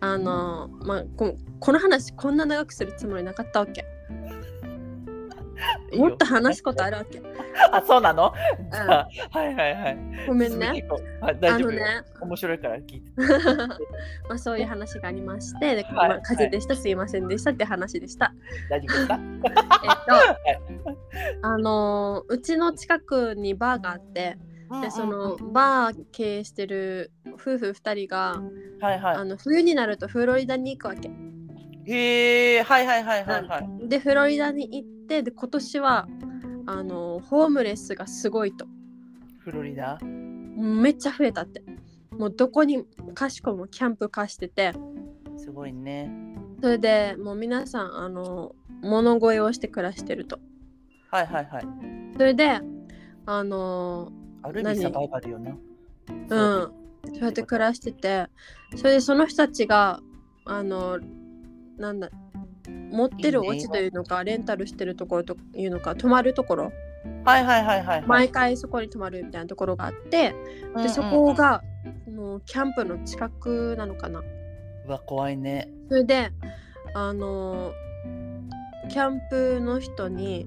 Speaker 1: あの、まあこ、この話こんな長くするつもりなかったわけ。
Speaker 2: うんうん。
Speaker 1: もっと話すことあるわけ。
Speaker 2: あ、そうなの。じゃあはいはいはい。
Speaker 1: ごめんね。。
Speaker 2: はい、
Speaker 1: あ
Speaker 2: 大丈
Speaker 1: の
Speaker 2: 夫よ。
Speaker 1: ね、
Speaker 2: 面白いから聞いて。
Speaker 1: まあ、そういう話がありまして、で
Speaker 2: はい
Speaker 1: まあ、風邪でした、すいませんでしたって話でした。
Speaker 2: 大丈夫で すか。
Speaker 1: えっと、あのーうちの近くにバーがあってでそのバー経営してる夫婦2人が
Speaker 2: はい
Speaker 1: あ
Speaker 2: は
Speaker 1: の冬になるとフロリダに行くわけ
Speaker 2: い。へえ、はいはいはいはいはい。
Speaker 1: でフロリダに行ってで今年はあのーホームレスがすごいと
Speaker 2: フロリダ。
Speaker 1: めっちゃ増えたってもうどこにかしこもキャンプ貸してて
Speaker 2: すごいね。
Speaker 1: それでもう皆さんあのー物乞いをして暮らしてると
Speaker 2: はいはいはい。
Speaker 1: それであのー
Speaker 2: ある意味サバイバルよな。
Speaker 1: うん、そうやって暮らしててそれでその人たちがあのなんだ持ってるお家というのかレンタルしてるところというのか泊まるところ
Speaker 2: はいはいはいはいはい。
Speaker 1: 毎回そこに泊まるみたいなところがあってでそこがもうキャンプの近くなのかな
Speaker 2: うんうん。うわ、怖いね。
Speaker 1: それであのキャンプの人に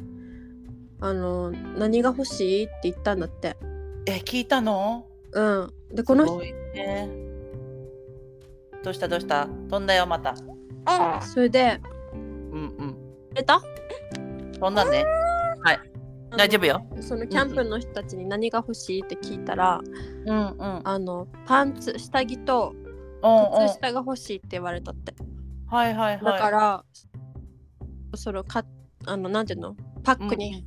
Speaker 1: あの何が欲しいって言ったんだって
Speaker 2: え、聞いたの。
Speaker 1: うん。で、この
Speaker 2: す
Speaker 1: 人、
Speaker 2: ごいね。どうしたどうした飛んだよまた。
Speaker 1: それで、
Speaker 2: うんうん。
Speaker 1: 出た
Speaker 2: 飛んだね。大丈夫よ。
Speaker 1: あのそのキャンプの人たちに何が欲しいって聞いたら、
Speaker 2: うんうん。
Speaker 1: あの、パンツ、下着と
Speaker 2: うんうん
Speaker 1: 靴。下が欲しいって言われたって。
Speaker 2: はいはいはい。
Speaker 1: だから、そのか、あの、なんていうのパックに,、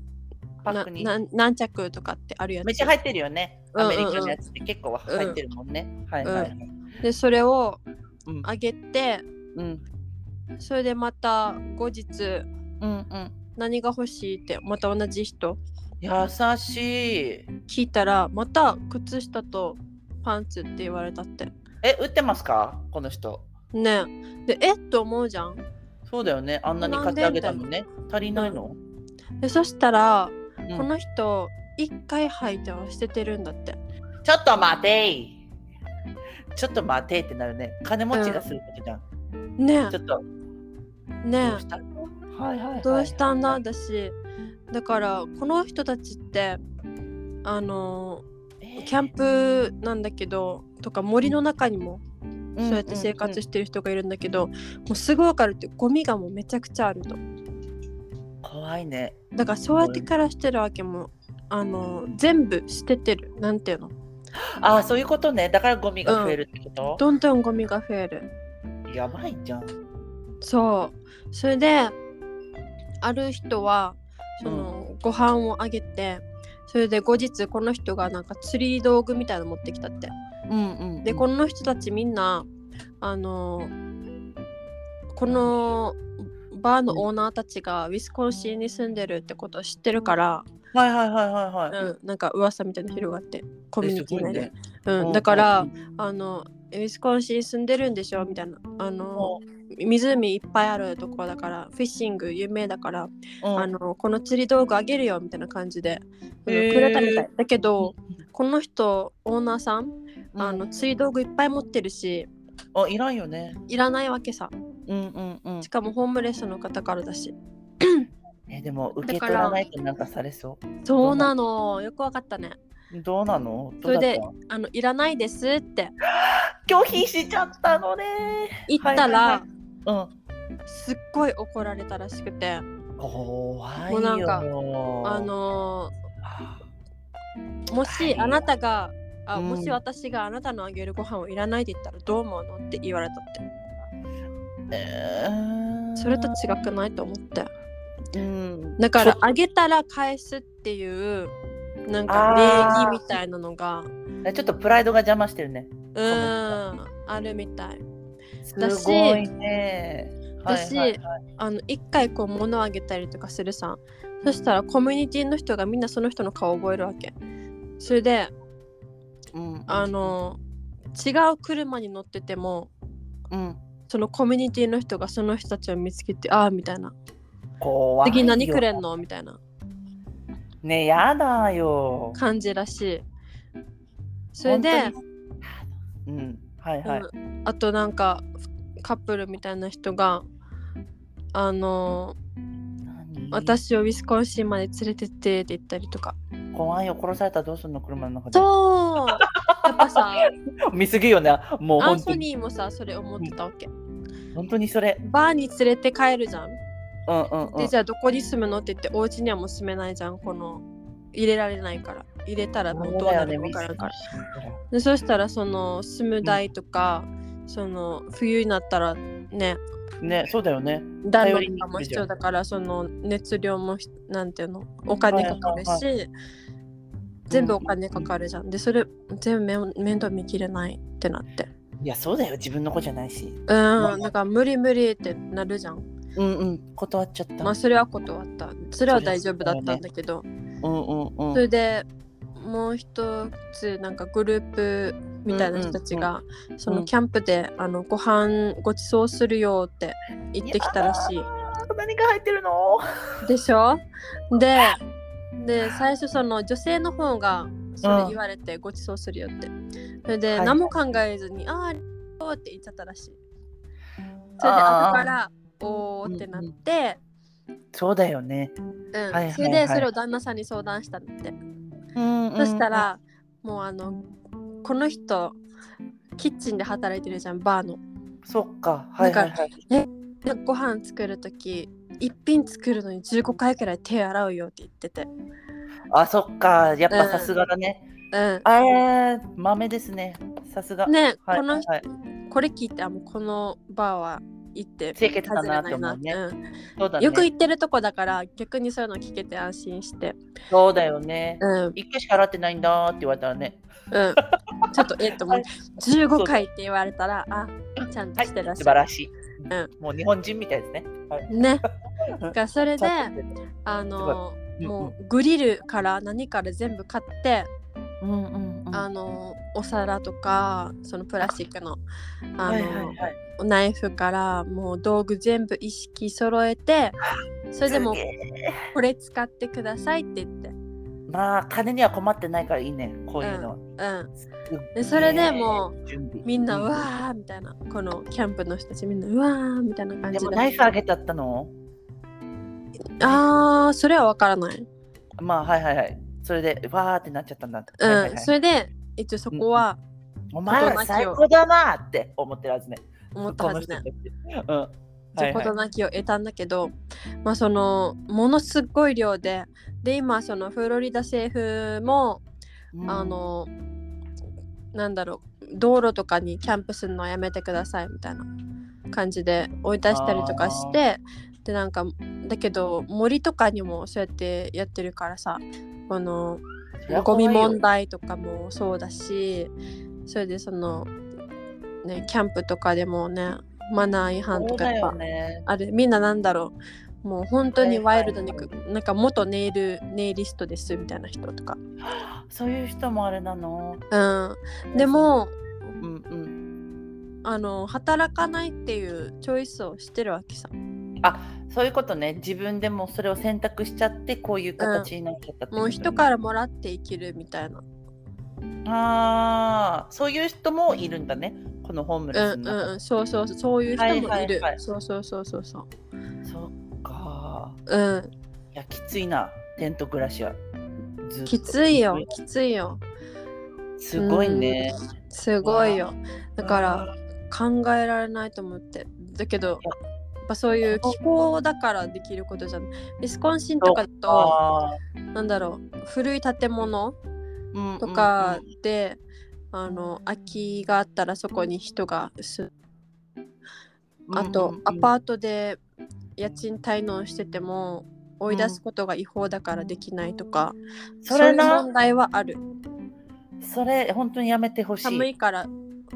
Speaker 2: パックに。
Speaker 1: ななん何着とかってあるやつ
Speaker 2: めっちゃ入ってるよね。
Speaker 1: うんうんうん
Speaker 2: アメリカのやつって結構入ってるもんね。はいはいはい。
Speaker 1: でそれを
Speaker 2: うん
Speaker 1: あげて、
Speaker 2: うん
Speaker 1: それでまた後日
Speaker 2: うんうん。
Speaker 1: 何が欲しいってまた同じ人
Speaker 2: 優しい。
Speaker 1: 聞いたらまた靴下とパンツって言われたって
Speaker 2: え、売ってますかこの人。
Speaker 1: ねえでえっと思うじゃん
Speaker 2: そうだよね。あんなに買ってあげたのね。足りないの、
Speaker 1: でそしたら、
Speaker 2: うん
Speaker 1: この人一回履いては捨ててるんだって
Speaker 2: ちょっと待ていちょっと待てってなるね。金持ちがすることじゃん。
Speaker 1: ね
Speaker 2: ちょっと、
Speaker 1: えね
Speaker 2: どうしたのはいはいはい、
Speaker 1: えどうしたんだだしだからこの人たちってあの
Speaker 2: えー
Speaker 1: キャンプなんだけどとか森の中にもそうやって生活
Speaker 2: し
Speaker 1: してる人がいるんだけど、もうすぐ分かるってゴミがもうめちゃくちゃあると
Speaker 2: 怖いね。
Speaker 1: だからそうやって暮らしてるわけもあの全部捨ててるなんていうの
Speaker 2: ああ、そういうことね。だからゴミが増えるってこと、
Speaker 1: どんどんゴミが増える
Speaker 2: やばいじゃん。
Speaker 1: そうそれである人はその、ご飯をあげてそれで後日この人がなんか釣り道具みたいなの持ってきたって
Speaker 2: うんうん
Speaker 1: でこの人たちみんなあのこのバーのオーナーたちがウィスコンシンに住んでるってことを知ってるから、
Speaker 2: はいはいはいはいはい。
Speaker 1: うん、なんか噂みたいなの広がってコミュニティ内で、
Speaker 2: えすごいね
Speaker 1: うん、だから、あのウィスコンシン住んでるんでしょみたいなあの湖いっぱいあるとこだからフィッシング有名だから、
Speaker 2: うん
Speaker 1: あのこの釣り道具あげるよみたいな感じで、うん
Speaker 2: へー
Speaker 1: くれたみたいだけどこの人オーナーさん
Speaker 2: うん
Speaker 1: あの釣り道具いっぱい持ってるし
Speaker 2: あいらんよね。
Speaker 1: いらないわけさ
Speaker 2: うんうんうん
Speaker 1: し。かもホームレスの方からだし
Speaker 2: えでも受け取らないとなんかされそ
Speaker 1: そうなのよくわかったね
Speaker 2: う。どうなの？
Speaker 1: それで
Speaker 2: どうだっ
Speaker 1: あのいらないですって
Speaker 2: た拒否しちゃったのね。
Speaker 1: 言ったら、
Speaker 2: はいうん。
Speaker 1: すっごい怒られたらしくて
Speaker 2: 怖
Speaker 1: も
Speaker 2: いよ。
Speaker 1: うなんかあ
Speaker 2: あ
Speaker 1: のーもしあなたがあ
Speaker 2: うん
Speaker 1: もし私があなたのあげるご飯をいらないで言ったらどう思うのって言われたって
Speaker 2: えー
Speaker 1: それと違くないと思って
Speaker 2: うん
Speaker 1: だから
Speaker 2: ちょ
Speaker 1: あげたら返すっていうなんか礼儀みたいなのが
Speaker 2: えちょっとプライドが邪魔してるね。
Speaker 1: うーんあるみたいだし
Speaker 2: すごいね。
Speaker 1: だし
Speaker 2: はいはいはい
Speaker 1: あの一回こう物をあげたりとかするさそしたらコミュニティの人がみんなその人の顔を覚えるわけそれで
Speaker 2: うん
Speaker 1: あの違う車に乗ってても
Speaker 2: うん
Speaker 1: そのコミュニティの人がその人たちを見つけてああみたいな
Speaker 2: 怖いよ。
Speaker 1: 次何くれんのみたいな
Speaker 2: ねやだよ。
Speaker 1: 感じらしいそれで
Speaker 2: 本、当に。うんはいはい。
Speaker 1: うんあとなんかカップルみたいな人があの
Speaker 2: 何
Speaker 1: 私をウィスコンシンまで連れてってって言ったりとか
Speaker 2: 怖いよ殺されたらどうすんの車の中で
Speaker 1: そうやっぱさ
Speaker 2: 見すぎよねもう
Speaker 1: ア
Speaker 2: 本
Speaker 1: ン
Speaker 2: 当
Speaker 1: ソ
Speaker 2: に
Speaker 1: ニーもさそれ思ってたわけ
Speaker 2: 本当にそれ
Speaker 1: バーに連れて帰るじゃん
Speaker 2: うんうんうん
Speaker 1: でじゃあどこに住むのって言ってお家にはもう住めないじゃんこの入れられないから入れたらもうどうなるか分からんからでそしたらその住む代とか、その冬になったらね
Speaker 2: ねそうだよね
Speaker 1: 暖
Speaker 2: 頼
Speaker 1: 炉
Speaker 2: り
Speaker 1: と
Speaker 2: に
Speaker 1: かも
Speaker 2: なる
Speaker 1: 必
Speaker 2: じゃん
Speaker 1: 要だからその熱量もひなんていうのお金かかるし、
Speaker 2: はい
Speaker 1: 全部お金かかるじゃん、でそれ全部めん面倒見きれないってなって
Speaker 2: いやそうだよ自分の子じゃないし
Speaker 1: うーんだから無理無理ってなるじゃん
Speaker 2: うんうん断っちゃった、
Speaker 1: まあそれは断ったそれは大丈夫だったんだけど
Speaker 2: うんうん
Speaker 1: そうれ
Speaker 2: ん
Speaker 1: でもう一つなんかグループみたいな人たちが、そのキャンプで、あのご飯ごちそうするよって言ってきたらしい
Speaker 2: 何が入ってるの
Speaker 1: でしょでで最初その女性の方がそれ言われてごちそうするよってそれで
Speaker 2: はい
Speaker 1: 何も考えずに「ああありがとう」って言っちゃったらしいそれで
Speaker 2: あー
Speaker 1: 後から「おー」ってなって、
Speaker 2: そうだよね
Speaker 1: うん
Speaker 2: はいはい
Speaker 1: それでそれを旦那さんに相談したんだって
Speaker 2: うんうん
Speaker 1: そしたら、もうあのこの人キッチンで働いてるじゃんバーの
Speaker 2: そっかはいはいはい
Speaker 1: ご飯作る時一品作るのに15回くらい手洗うよって言ってて
Speaker 2: あそっかやっぱさすがだね、
Speaker 1: うん
Speaker 2: あえー、豆ですねさすが
Speaker 1: ね
Speaker 2: はい
Speaker 1: この
Speaker 2: はい
Speaker 1: これ聞いてあもうこのバーは行って
Speaker 2: 清潔だな
Speaker 1: 外れ
Speaker 2: って思う
Speaker 1: うん
Speaker 2: そうだね
Speaker 1: よく行ってるとこだから逆にそういうの聞けて安心して
Speaker 2: そうだよね
Speaker 1: うん
Speaker 2: 一回しか洗ってないんだーって言われたらね
Speaker 1: うんちょっとえっとも
Speaker 2: は
Speaker 1: う
Speaker 2: い
Speaker 1: 15回って言われたらあちゃんと
Speaker 2: はい
Speaker 1: してらっ
Speaker 2: 素
Speaker 1: し
Speaker 2: 晴
Speaker 1: ゃる、
Speaker 2: らしい、
Speaker 1: う
Speaker 2: もう日本人みたいですねはい
Speaker 1: ねがそれで
Speaker 2: ちゃんとやってる
Speaker 1: あの
Speaker 2: うん
Speaker 1: もうグリルから何から全部買って、
Speaker 2: うんうんうん
Speaker 1: あのお皿とかそのプラスチックのあの、
Speaker 2: はいはいはい
Speaker 1: ナイフからもう道具全部一式揃えてそれでもう
Speaker 2: すげえ
Speaker 1: これ使ってくださいって言って、
Speaker 2: まあ金には困ってないからいいねこういうのは、
Speaker 1: うん、
Speaker 2: すっげえ
Speaker 1: でそれでも
Speaker 2: 準備
Speaker 1: みんなう
Speaker 2: う
Speaker 1: わーみたいなこのキャンプの人たちみんなうわーみたいな感
Speaker 2: で
Speaker 1: じ
Speaker 2: も
Speaker 1: で
Speaker 2: ナイフあげたったの
Speaker 1: あーそれは分からない、
Speaker 2: まあはいはいはいそれでわーってなっちゃったんだ、
Speaker 1: うん
Speaker 2: はいはいはい
Speaker 1: それで一応そこは
Speaker 2: お前
Speaker 1: 事な
Speaker 2: ら
Speaker 1: きを
Speaker 2: 最高だなーって思ってるはずね
Speaker 1: 思ったはずね
Speaker 2: この人たちうんはい
Speaker 1: じゃ
Speaker 2: はい
Speaker 1: 事なきを得たんだけど、まあそのものすごい量でで今そのフロリダ政府も、
Speaker 2: うん
Speaker 1: あのなんだろう道路とかにキャンプするのはやめてくださいみたいな感じで追い出したりとかしてでなんかだけど森とかにもそうやってやってるからさこの
Speaker 2: そりゃ
Speaker 1: ゴミ
Speaker 2: 怖いよ
Speaker 1: 問題とかもそうだしそれでその、ね、キャンプとかでもねマナー違反
Speaker 2: そ
Speaker 1: と
Speaker 2: う
Speaker 1: か
Speaker 2: だ
Speaker 1: やっ
Speaker 2: よ
Speaker 1: ぱ
Speaker 2: ね
Speaker 1: あれみんななんだろうもう本当にワイルドに
Speaker 2: はいは
Speaker 1: なんか元ネイルネイリストですみたいな人とか
Speaker 2: そういう人もあれなの
Speaker 1: うんでも
Speaker 2: うんうん
Speaker 1: あの働かないっていうチョイスをしてるわけさ
Speaker 2: そういうことね自分でもそれを選択しちゃってこういう形になっちゃったってこと
Speaker 1: もう人からもらって生きるみたいな
Speaker 2: ああそういう人もいるんだねこのホーム
Speaker 1: う
Speaker 2: レス
Speaker 1: んう
Speaker 2: の中
Speaker 1: んうんそうそうそうそういう人もい
Speaker 2: はいは
Speaker 1: る
Speaker 2: いはい
Speaker 1: そうそうそうそうそう
Speaker 2: そっか
Speaker 1: うん
Speaker 2: いやきついなテント暮らしはずっと
Speaker 1: きついよきついよ
Speaker 2: すごいね
Speaker 1: すごいよだから
Speaker 2: うん
Speaker 1: 考えられないと思ってだけどやっぱそういう気候だからできることじゃんウィスコンシンとかだと
Speaker 2: あ
Speaker 1: なんだろう古い建物
Speaker 2: ー
Speaker 1: とかで、あの空きがあったらそこに人が住むあと、アパ
Speaker 2: ー
Speaker 1: ートで家賃滞納してても追い出すことが違法だからできないとか、
Speaker 2: それ
Speaker 1: そういう
Speaker 2: な
Speaker 1: 問題はある
Speaker 2: それ本当にやめてほしい
Speaker 1: 寒いから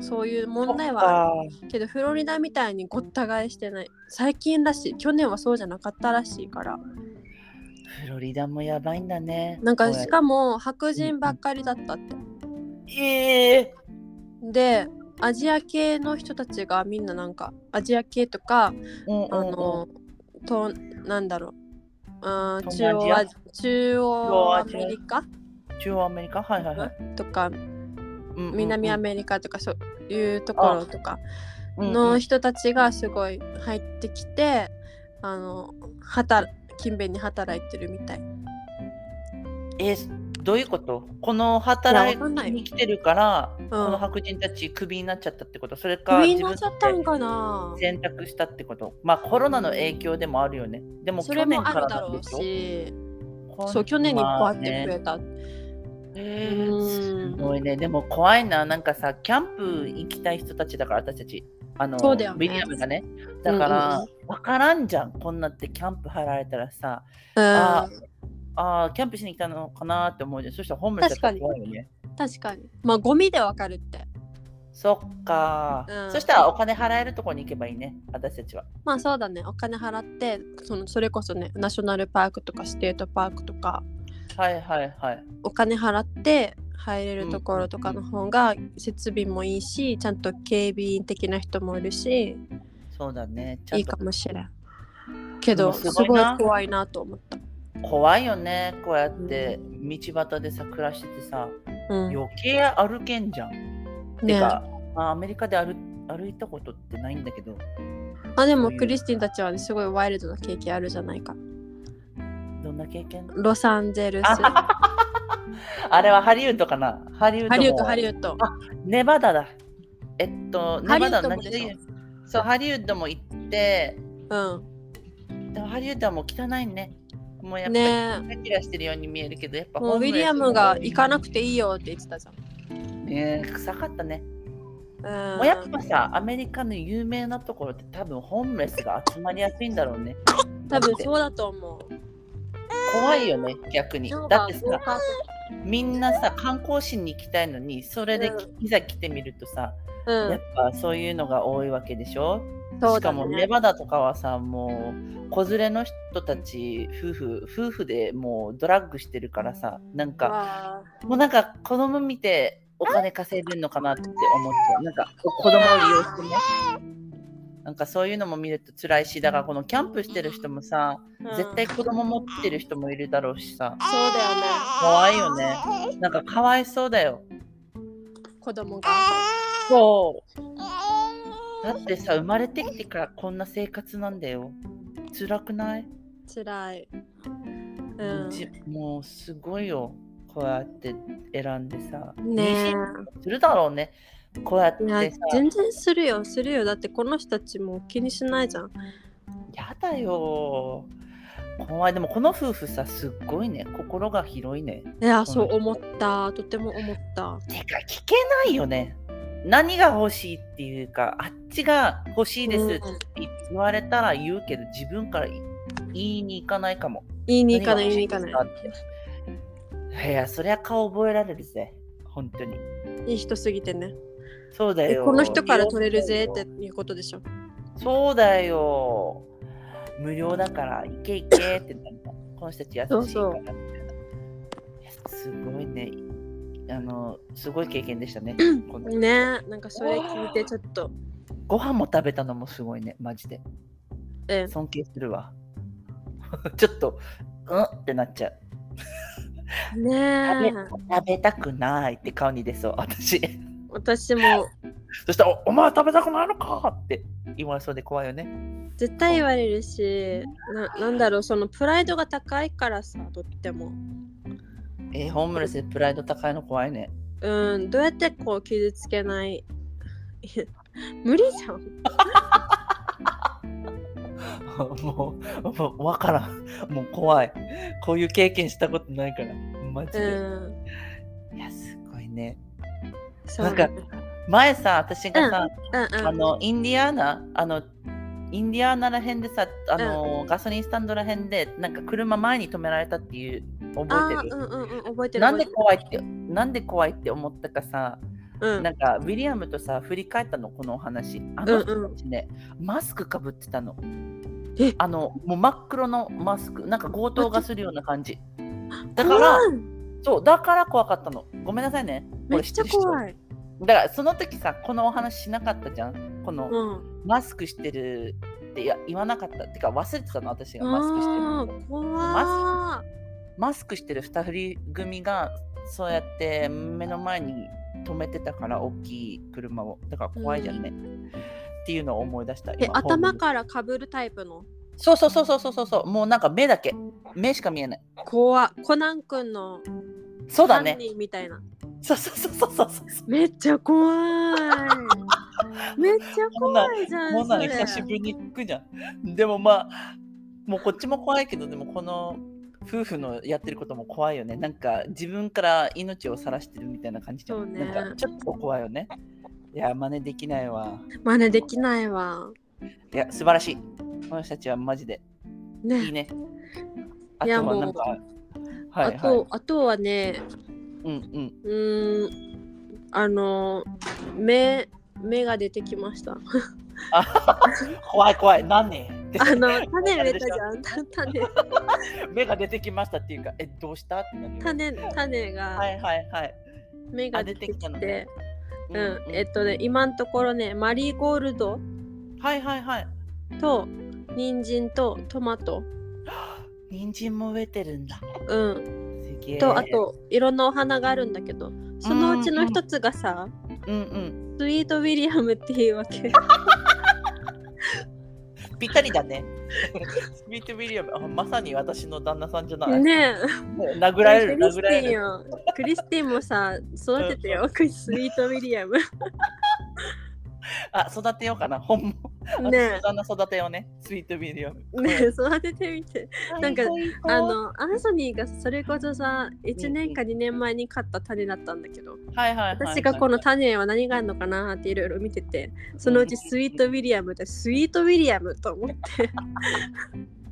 Speaker 1: そういう問題はある
Speaker 2: は
Speaker 1: けどフロリダみたいにごった返してない最近らしい去年はそうじゃなかったらしいから
Speaker 2: フロリダもやばいんだね
Speaker 1: なんか
Speaker 2: これ
Speaker 1: しかも白人ばっかりだったって
Speaker 2: ええ
Speaker 1: でアジア系の人たちがみんななんかアジア系とか
Speaker 2: うんうんうん
Speaker 1: あのとなんだろうあー
Speaker 2: 東
Speaker 1: 中
Speaker 2: 南
Speaker 1: 央
Speaker 2: ア
Speaker 1: ア
Speaker 2: ジ
Speaker 1: 中央アメリカ
Speaker 2: 中央アメリカはいはいはい、
Speaker 1: とか
Speaker 2: うんうんうん
Speaker 1: 南アメリカとかそういうところとか
Speaker 2: うんう
Speaker 1: の
Speaker 2: ん
Speaker 1: 人たちがすごい入ってきてあの働勤勉に働いてるみたい。
Speaker 2: えどういうことこの働
Speaker 1: いやわかんないよ
Speaker 2: きに来てるから、
Speaker 1: ん
Speaker 2: この白人たちクビになっちゃったってことそれか
Speaker 1: クイーン
Speaker 2: 自
Speaker 1: にな
Speaker 2: 分
Speaker 1: っちゃったん
Speaker 2: で
Speaker 1: かな
Speaker 2: 選択したってことまあコロナの影響でもあるよねでも
Speaker 1: そ
Speaker 2: 去
Speaker 1: れ
Speaker 2: 年
Speaker 1: も
Speaker 2: か
Speaker 1: あ
Speaker 2: ら
Speaker 1: るだ
Speaker 2: な
Speaker 1: ろう
Speaker 2: んでしょ
Speaker 1: し、
Speaker 2: こん
Speaker 1: そう去年に
Speaker 2: ま
Speaker 1: バ
Speaker 2: あ
Speaker 1: ーって増
Speaker 2: ね
Speaker 1: えた。
Speaker 2: え
Speaker 1: う
Speaker 2: ー
Speaker 1: ん
Speaker 2: すごいねでも怖いななんかさキャンプ行きたい人たちだから私たちあの
Speaker 1: そうだよね
Speaker 2: ウィリアムがねだから、
Speaker 1: うん
Speaker 2: 分からんじゃんこんなってキャンプ入られたらさ、
Speaker 1: うん
Speaker 2: ああーキャンプしに来たのかなって思うじゃん。そしたらホームレスだったら怖いよね。
Speaker 1: 確かに。まあゴミでわかるって。
Speaker 2: そっか、
Speaker 1: うん
Speaker 2: そしたらお金払えるとこに行けばいいね、私たちは。
Speaker 1: まあそうだね。お金払ってそのそれこそねナショナルパークとかステートパークとか
Speaker 2: はいはいはい。
Speaker 1: お金払って入れるところとかの方が設備もいいし、ちゃんと警備員的な人もいるし、
Speaker 2: そうだね。ちゃ
Speaker 1: いい
Speaker 2: んと
Speaker 1: かもしれん。けど
Speaker 2: でも
Speaker 1: す
Speaker 2: すご
Speaker 1: ご
Speaker 2: い
Speaker 1: い
Speaker 2: な
Speaker 1: 怖いなと思った。
Speaker 2: 怖いよね。こうやって道端でさ、暮らしててさ、
Speaker 1: うん。
Speaker 2: 余計歩けんじゃん。て
Speaker 1: ね
Speaker 2: か、まあ、アメリカで歩歩いたことってないんだけど、
Speaker 1: あで
Speaker 2: そう
Speaker 1: も
Speaker 2: いう
Speaker 1: クリスティンたちはねすごいワイルドな経験あるじゃないか。
Speaker 2: どんな経験
Speaker 1: ロサンゼルス。
Speaker 2: あれはハリウッドかなハリウッド
Speaker 1: ハ
Speaker 2: も
Speaker 1: リウッドハリウッド
Speaker 2: ネバダだ。えっと、
Speaker 1: ハリ
Speaker 2: ネ
Speaker 1: ウ
Speaker 2: バ
Speaker 1: ッ
Speaker 2: ダの
Speaker 1: ドも
Speaker 2: 何
Speaker 1: でし
Speaker 2: 次そう、ハリウッドも行って、
Speaker 1: ょ
Speaker 2: でもハリウッドはもう汚いね。もう
Speaker 1: う
Speaker 2: やっ
Speaker 1: ん
Speaker 2: ぱ
Speaker 1: ね
Speaker 2: りキラキラしてるように見えるけど、やっぱ
Speaker 1: えもうウィリアムが行かなくていいよって言ってたじゃん
Speaker 2: ねえ臭かったね。
Speaker 1: うん
Speaker 2: もうやっぱさ、アメリカの有名なところって多分ホームレスが集まりやすいんだろうね。
Speaker 1: 多分
Speaker 2: だって
Speaker 1: そうだと思う
Speaker 2: 怖いよね、逆に。だって
Speaker 1: なん
Speaker 2: さ、
Speaker 1: か
Speaker 2: みんなさ、観光地に行きたいのに、それできいざ来てみるとさ、
Speaker 1: う
Speaker 2: や
Speaker 1: ん
Speaker 2: っぱそういうのが多いわけでしょ
Speaker 1: そ
Speaker 2: し
Speaker 1: う
Speaker 2: か
Speaker 1: だ
Speaker 2: も
Speaker 1: ね
Speaker 2: ネバダとかはさもう子連れの人たち夫婦夫婦でもうドラッグしてるからさなんか
Speaker 1: わ
Speaker 2: もうなんか子供見てお金稼いでんのかなって思っちゃうなんか子供を利用してねなんかそういうのも見ると辛いしだからこのキャンプしてる人もさ
Speaker 1: ー
Speaker 2: 絶対子供持ってる人もいるだろうしさ
Speaker 1: うんそうだよね
Speaker 2: 怖いよねなんかかわいそうだよ
Speaker 1: 子供が
Speaker 2: そうだってさ生まれてきてからこんな生活なんだよ辛くない
Speaker 1: 辛いうん
Speaker 2: じもうすごいよこうやって選んでさ
Speaker 1: ねえ
Speaker 2: するだろうねこうやって
Speaker 1: い
Speaker 2: さ
Speaker 1: や全然するよするよだってこの人たちも気にしないじゃん
Speaker 2: やだよ怖いでもこの夫婦さすっごいね心が広いね
Speaker 1: いやそう思ったとても思った
Speaker 2: てか聞けないよね何が欲しいっていうかあっちが欲しいですって言われたら言うけど自分から言いに行かないかも
Speaker 1: 言いに行かない言い
Speaker 2: 何
Speaker 1: に行
Speaker 2: が
Speaker 1: か
Speaker 2: 欲し
Speaker 1: ない
Speaker 2: ですっていやそりゃ顔覚えられるぜ本当に
Speaker 1: いい人すぎてね
Speaker 2: そうだ
Speaker 1: え
Speaker 2: よ
Speaker 1: この人から取れるぜっていうことでしょ
Speaker 2: そうだよ。無料だから、行け行けってなるのこの人たち優しいか
Speaker 1: そ
Speaker 2: ら
Speaker 1: うそう
Speaker 2: みたいないやすごいね。あの、すごい経験でしたね。この
Speaker 1: ねえなんかそれ聞いてちょっと
Speaker 2: ご飯も食べたのもすごいね、マジで。
Speaker 1: え
Speaker 2: 尊敬するわ。ちょっと、うんってなっちゃう。
Speaker 1: えねえ
Speaker 2: 食べ食べたくないって顔に出そう、私。
Speaker 1: 私も
Speaker 2: そしたらお、お前は食べたくないのかって言われそうで怖いよね。
Speaker 1: 絶対言われるしななんだろうそのプライドが高いからさとっても
Speaker 2: えーホームレスでプライド高いの怖いね。
Speaker 1: うんどうやってこう傷つけない 無理じゃん
Speaker 2: もう、もう、わからん。もう怖い。こういう経験したことないから。マジで。
Speaker 1: うん
Speaker 2: いや、すごいね。
Speaker 1: そう
Speaker 2: なんか、前さ、私がさ、
Speaker 1: うん
Speaker 2: あ
Speaker 1: うん
Speaker 2: の、インディアーナ、あの、インディアーナらへんでさ、あの、ガソリンスタンドらへんで、なんか車前に止められたっていう、覚え
Speaker 1: あ
Speaker 2: て
Speaker 1: ー
Speaker 2: る。
Speaker 1: うんうんうん覚えてる
Speaker 2: なん
Speaker 1: 覚えて
Speaker 2: で
Speaker 1: る
Speaker 2: 怖いって、なんで怖いって思ったかさ、
Speaker 1: うん
Speaker 2: なんか、ウィリアムとさ、振り返ったの、このお話。あの人たちね、マスクかぶってたの
Speaker 1: え。
Speaker 2: あの、もう真っ黒のマスク、なんか強盗がするような感じ。だから、
Speaker 1: 怖い
Speaker 2: そう、だから怖かったの。ごめんなさいね。
Speaker 1: めっちゃ怖
Speaker 2: い。
Speaker 1: い
Speaker 2: だから、その時さ、このお話しなかったじゃん。この、
Speaker 1: うん
Speaker 2: マスクしてるっていや言わなかった。てか、忘れてたの、私がマスクしてる
Speaker 1: あ
Speaker 2: の。
Speaker 1: ー怖
Speaker 2: マスクしてる2人組が、そうやって目の前に止めてたから、大きい車を。だから怖いじゃんね。っていうのを思い出した。
Speaker 1: いえ
Speaker 2: 今
Speaker 1: 頭からかぶるタイプの
Speaker 2: そうそうそうそうそうそうそうもうなんか目だけ目しか見えない
Speaker 1: 怖っコナン君の
Speaker 2: そうだ
Speaker 1: 犯
Speaker 2: ね
Speaker 1: 人みたいな
Speaker 2: そうそうそうそうそうそう
Speaker 1: めっちゃ怖 いめっちゃ怖いじゃん
Speaker 2: もうな
Speaker 1: それ
Speaker 2: 久しぶりに行くじゃんでもまあもうこっちも怖いけどでもこの夫婦のやってることも怖いよねなんか自分から命を晒してるみたいな感じじゃん
Speaker 1: そうね
Speaker 2: なんかちょっと怖いよねいや真似できないわ
Speaker 1: 真似できないわ
Speaker 2: いや素晴らしいこの人たちはマジで
Speaker 1: ね
Speaker 2: いいね あ
Speaker 1: い
Speaker 2: と
Speaker 1: や
Speaker 2: はなんかはいはい
Speaker 1: あとあとはね
Speaker 2: うんうん
Speaker 1: うーんあの目目が出てきました
Speaker 2: あ怖い怖い何って
Speaker 1: あの種植えたじゃんた種
Speaker 2: 目が出てきましたっていうか、え、どうしたってなるよ
Speaker 1: 種種
Speaker 2: は
Speaker 1: が
Speaker 2: いはいはい。
Speaker 1: 目が出てきて,、
Speaker 2: あ出て
Speaker 1: うんえっとね今のところねマリーゴールド
Speaker 2: はいはいはい。
Speaker 1: と人参とトマト
Speaker 2: 人参も植えてるんだ。
Speaker 1: うん
Speaker 2: すげえ。
Speaker 1: とあ、といろんなお花があるんだけどそのうちの一つがさ
Speaker 2: うんうん。
Speaker 1: スイートウィリアムっていうわけ
Speaker 2: ぴったりだね。 スピート・ウィリアムあ、まさに私の旦那さんじゃない。
Speaker 1: ね
Speaker 2: 殴られる、
Speaker 1: クリス
Speaker 2: 殴ら
Speaker 1: テ
Speaker 2: れ
Speaker 1: ィ
Speaker 2: る。
Speaker 1: ンをクリスティンもさ育ててよクリスイート・ウィリアム
Speaker 2: あ、育てようかな、本も。私
Speaker 1: ね
Speaker 2: の旦那育てようね、スイート・ウィリアム。
Speaker 1: ね育ててみてなんか
Speaker 2: はいはいはい
Speaker 1: あのアンソニーがそれこそさ1年か2年前に買った種だったんだけど
Speaker 2: はいはいはいはい、
Speaker 1: 私がこの種は何があるのかなっていろいろ見ててそのうちスイート・ウィリアムでスイート・ウィリアムと思 っ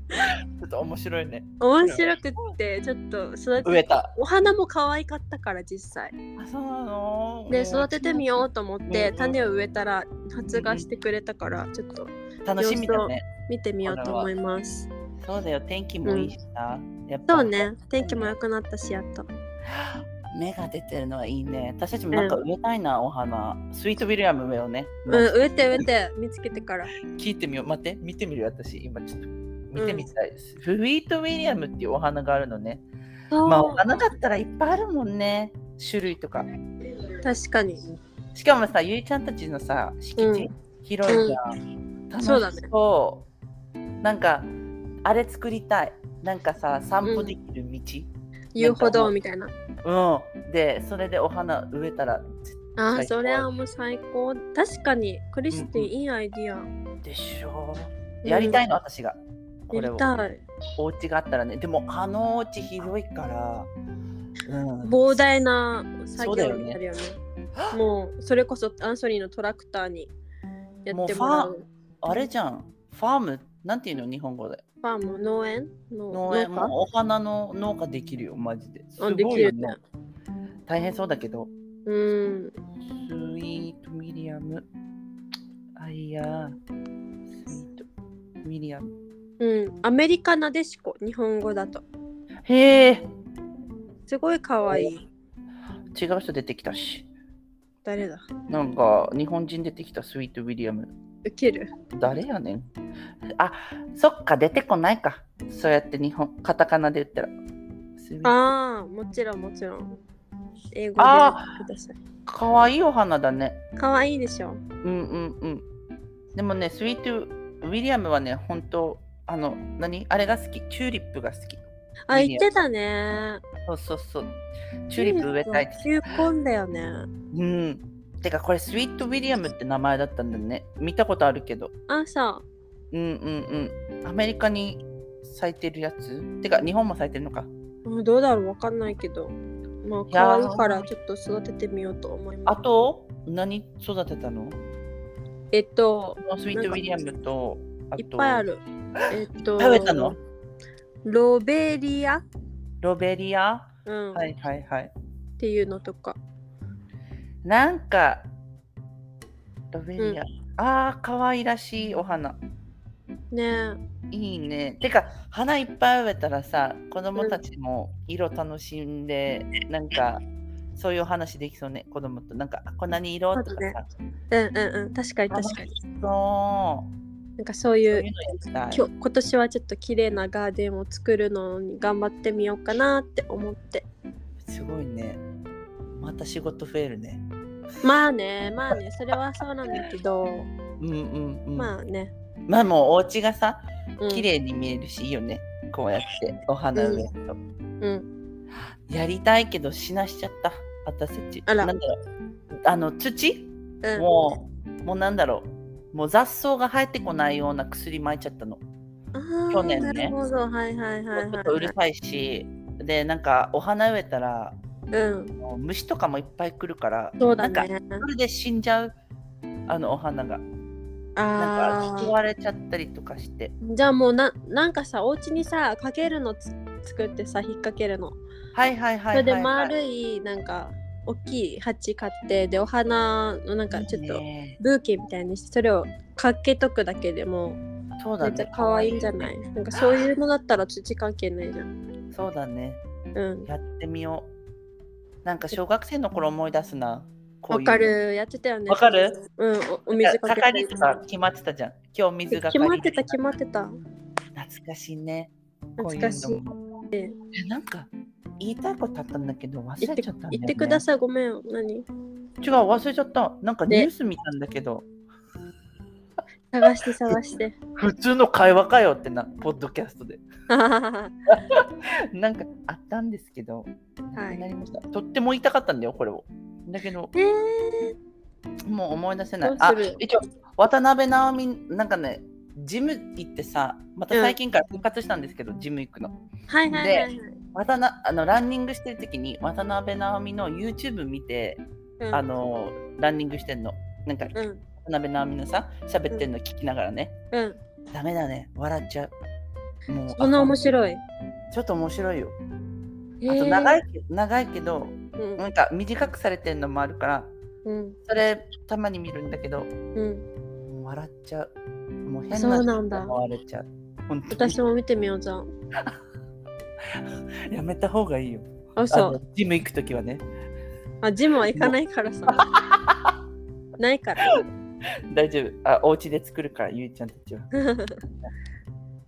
Speaker 1: て
Speaker 2: ちょっと面白いね。
Speaker 1: 面白くってちょっと育
Speaker 2: 植え
Speaker 1: て
Speaker 2: た。
Speaker 1: お花も可愛かったから実際
Speaker 2: あ、そうなの
Speaker 1: で育ててみようと思っ
Speaker 2: うんう
Speaker 1: て
Speaker 2: ん
Speaker 1: 種を植えたら発芽してくれたからちょっと
Speaker 2: う。楽しみだね。
Speaker 1: 見てみようと思います
Speaker 2: そうだよ、天気もいいしさ。やっ
Speaker 1: そ
Speaker 2: ぱ
Speaker 1: うね天気も良くなったしやっと
Speaker 2: 芽が出てるのはいいね。私たちもなんか植えたいな、お花。スイートウィリアム植えようね。
Speaker 1: うん植えて植えて見つけてから
Speaker 2: 聞いてみよう。待って、見てみるよ私。今ちょっと見てみたいです。スイートウィリアムっていうお花があるのね。まあ、お花だったらいっぱいあるもんね。種類とか。
Speaker 1: 確かに
Speaker 2: しかもさ、ゆいちゃんたちのさ、敷地、
Speaker 1: うん
Speaker 2: 広いじゃん。楽し
Speaker 1: そうだね
Speaker 2: そうなんか、あれ作りたい。なんかさ、散歩できる道。
Speaker 1: 遊歩道みたいな
Speaker 2: うん、でそれでお花植えたら
Speaker 1: あー
Speaker 2: 最高
Speaker 1: それはもう最高確かにクリスティンいいアイディア
Speaker 2: でしょやりたいの、私が
Speaker 1: うん
Speaker 2: これ
Speaker 1: や
Speaker 2: を
Speaker 1: りたい
Speaker 2: お家があったらねでもあのお家広いから、うん、
Speaker 1: 膨大な
Speaker 2: そ
Speaker 1: 作
Speaker 2: うだ
Speaker 1: 業
Speaker 2: よね
Speaker 1: になるよねもうそれこそアンソニーのトラクターにやってもら
Speaker 2: もう
Speaker 1: う
Speaker 2: あれじゃんファームなんていうの日本語で
Speaker 1: ファーム農園の
Speaker 2: 農園
Speaker 1: 農家
Speaker 2: もうお花の農家できるよマジです
Speaker 1: うん
Speaker 2: ごいよ
Speaker 1: できるね
Speaker 2: 大変そうだけど
Speaker 1: うん
Speaker 2: スイートミリアムあいやースイートミリアム
Speaker 1: うん、アメリカなでしこ日本語だと
Speaker 2: へえ
Speaker 1: すごい可愛い
Speaker 2: 違う人出てきたし
Speaker 1: 誰だ
Speaker 2: なんか日本人出てきたスイート・ウィリアム。
Speaker 1: ウケる
Speaker 2: 誰やねんあそっか出てこないか。そうやって日本カタカナで言ったら。スイート
Speaker 1: ああもちろんもちろん英語で
Speaker 2: あ
Speaker 1: ください
Speaker 2: かわいいお花だね。
Speaker 1: 可愛いでしょ
Speaker 2: うんうんうん。でもね、スイート・ウィリアムはね、本当あの、何あれが好き。チューリップが好き。
Speaker 1: あ
Speaker 2: いい
Speaker 1: 言
Speaker 2: ね
Speaker 1: ってたね
Speaker 2: そうそうそう。チューリップ植えたいって。
Speaker 1: 球根だよね
Speaker 2: うん。てかこれスイート・ウィリアムって名前だったんだね。見たことあるけど。
Speaker 1: あそう
Speaker 2: うんうんうん。アメリカに咲いてるやつてか日本も咲いてるのか。
Speaker 1: うんどうだろうわかんないけどまあ
Speaker 2: や
Speaker 1: 可愛
Speaker 2: ー
Speaker 1: いからちょっと育ててみようと思いま
Speaker 2: あ
Speaker 1: す
Speaker 2: と何育てたの
Speaker 1: えっと
Speaker 2: スイート・ウィリアムとあと
Speaker 1: いっぱいあるえっと
Speaker 2: 食べたの
Speaker 1: ロベリア、
Speaker 2: ロベリア、
Speaker 1: うん
Speaker 2: はいはいはい
Speaker 1: っていうのとか
Speaker 2: なんかロベリア、あーかわいらしいお花
Speaker 1: ねえ
Speaker 2: いいねてか花いっぱい植えたらさ子供たちも色楽しんで、なんかそういうお話できそうね子供となんかあこんなに色とか
Speaker 1: そう
Speaker 2: さ
Speaker 1: だうんうんうん確かに確かに
Speaker 2: そう
Speaker 1: なんかそう
Speaker 2: そう
Speaker 1: い
Speaker 2: いううのやりたい
Speaker 1: 今日今年はちょっと綺麗なガーデンを作るのに頑張ってみようかなって思って
Speaker 2: すごいねまた仕事増えるね
Speaker 1: まあねまあねそれはそうなんだけど
Speaker 2: うんうんうん
Speaker 1: まあね、
Speaker 2: まあもうお家がさ
Speaker 1: うん、
Speaker 2: 綺麗に見えるしいいよねこうやってお花植えると、
Speaker 1: うん
Speaker 2: やりたいけどしなしちゃった私たち
Speaker 1: あら
Speaker 2: なんだろうあの土、
Speaker 1: うん
Speaker 2: もうもうなんだろうもう雑草が生えてこないような薬撒いちゃったの、
Speaker 1: あー
Speaker 2: 去年ね
Speaker 1: なるほどはいはいはいはい、
Speaker 2: ちょっとうるさいしでなんかお花植えたら
Speaker 1: うん
Speaker 2: もう虫とかもいっぱい来るから
Speaker 1: そうだ
Speaker 2: なんか
Speaker 1: ね
Speaker 2: それで死んじゃうあのお花がな
Speaker 1: あ
Speaker 2: んか
Speaker 1: ー
Speaker 2: 救われちゃったりとかして
Speaker 1: じゃあもうななんかさお家にさかけるのつ作ってさ引っ掛けるの
Speaker 2: はいはいは
Speaker 1: それ
Speaker 2: いはい、はい、
Speaker 1: で丸いなんか大きい鉢買ってでお花のなんかちょっと
Speaker 2: ね
Speaker 1: ブーケみたいにしてそれをかけとくだけでも
Speaker 2: そう
Speaker 1: め
Speaker 2: だ
Speaker 1: っちゃ
Speaker 2: ね。
Speaker 1: 可愛いんじゃないなんかそういうのだったら土関係ないじゃん。
Speaker 2: そうだね。
Speaker 1: うん。
Speaker 2: やってみよう。なんか小学生の頃思い出すな。こう
Speaker 1: わ
Speaker 2: いう
Speaker 1: か。るやってたよね。
Speaker 2: わかる
Speaker 1: うん。おお
Speaker 2: なん
Speaker 1: 水
Speaker 2: か
Speaker 1: かけたり
Speaker 2: 係とか決まってたじゃん。今日水が
Speaker 1: 決まってた決まってた。
Speaker 2: 懐かしいね。
Speaker 1: 懐かしい
Speaker 2: こううのもえなんか言いたいことあったんだけど忘
Speaker 1: 言っ
Speaker 2: れ
Speaker 1: て
Speaker 2: ちゃったんだよ、ね。
Speaker 1: 言ってくださいごめん何
Speaker 2: い。違う忘れちゃった。なんかニュース見たんだけど。
Speaker 1: 探して探して。
Speaker 2: 普通の会話かよってな、ポッドキャストで。
Speaker 1: は
Speaker 2: なんかあったんですけど、なくなり
Speaker 1: い。
Speaker 2: ました。とっても言いたかったんだよ、これを。だけど、
Speaker 1: えー、
Speaker 2: もう思い出せない。
Speaker 1: ど
Speaker 2: あ
Speaker 1: うする、
Speaker 2: 一応、渡辺直美、なんかね、ジム行ってさ、また最近から復活したんですけど、ジム行くの。
Speaker 1: はいはいはいはい。
Speaker 2: 渡なあのランニングしてる時に渡辺直美の YouTube 見て、
Speaker 1: うん
Speaker 2: あ、のランニングしてんのなんか渡
Speaker 1: うん
Speaker 2: 辺直美のさ喋ってんの聞きながらね、
Speaker 1: うん。
Speaker 2: ダメだね笑っちゃうもう
Speaker 1: そんな面
Speaker 2: い
Speaker 1: 白い。
Speaker 2: ちょっと面白いよ
Speaker 1: え
Speaker 2: あと
Speaker 1: ー
Speaker 2: 長い,、長いけど
Speaker 1: うん
Speaker 2: なんか短くされてんのもあるから
Speaker 1: うん
Speaker 2: それたまに見るんだけども
Speaker 1: うん。
Speaker 2: う笑っちゃうもう変
Speaker 1: そう
Speaker 2: な
Speaker 1: なんだ
Speaker 2: 思。われちゃう本当に
Speaker 1: 私も見てみようじゃん。
Speaker 2: やめた方がいいよ
Speaker 1: あ、
Speaker 2: あ
Speaker 1: そ
Speaker 2: の
Speaker 1: う。
Speaker 2: ジム行く時はね
Speaker 1: あ、ジムは行かないから さ。ないから。
Speaker 2: 大丈夫あお家で作るからゆいちゃんたちは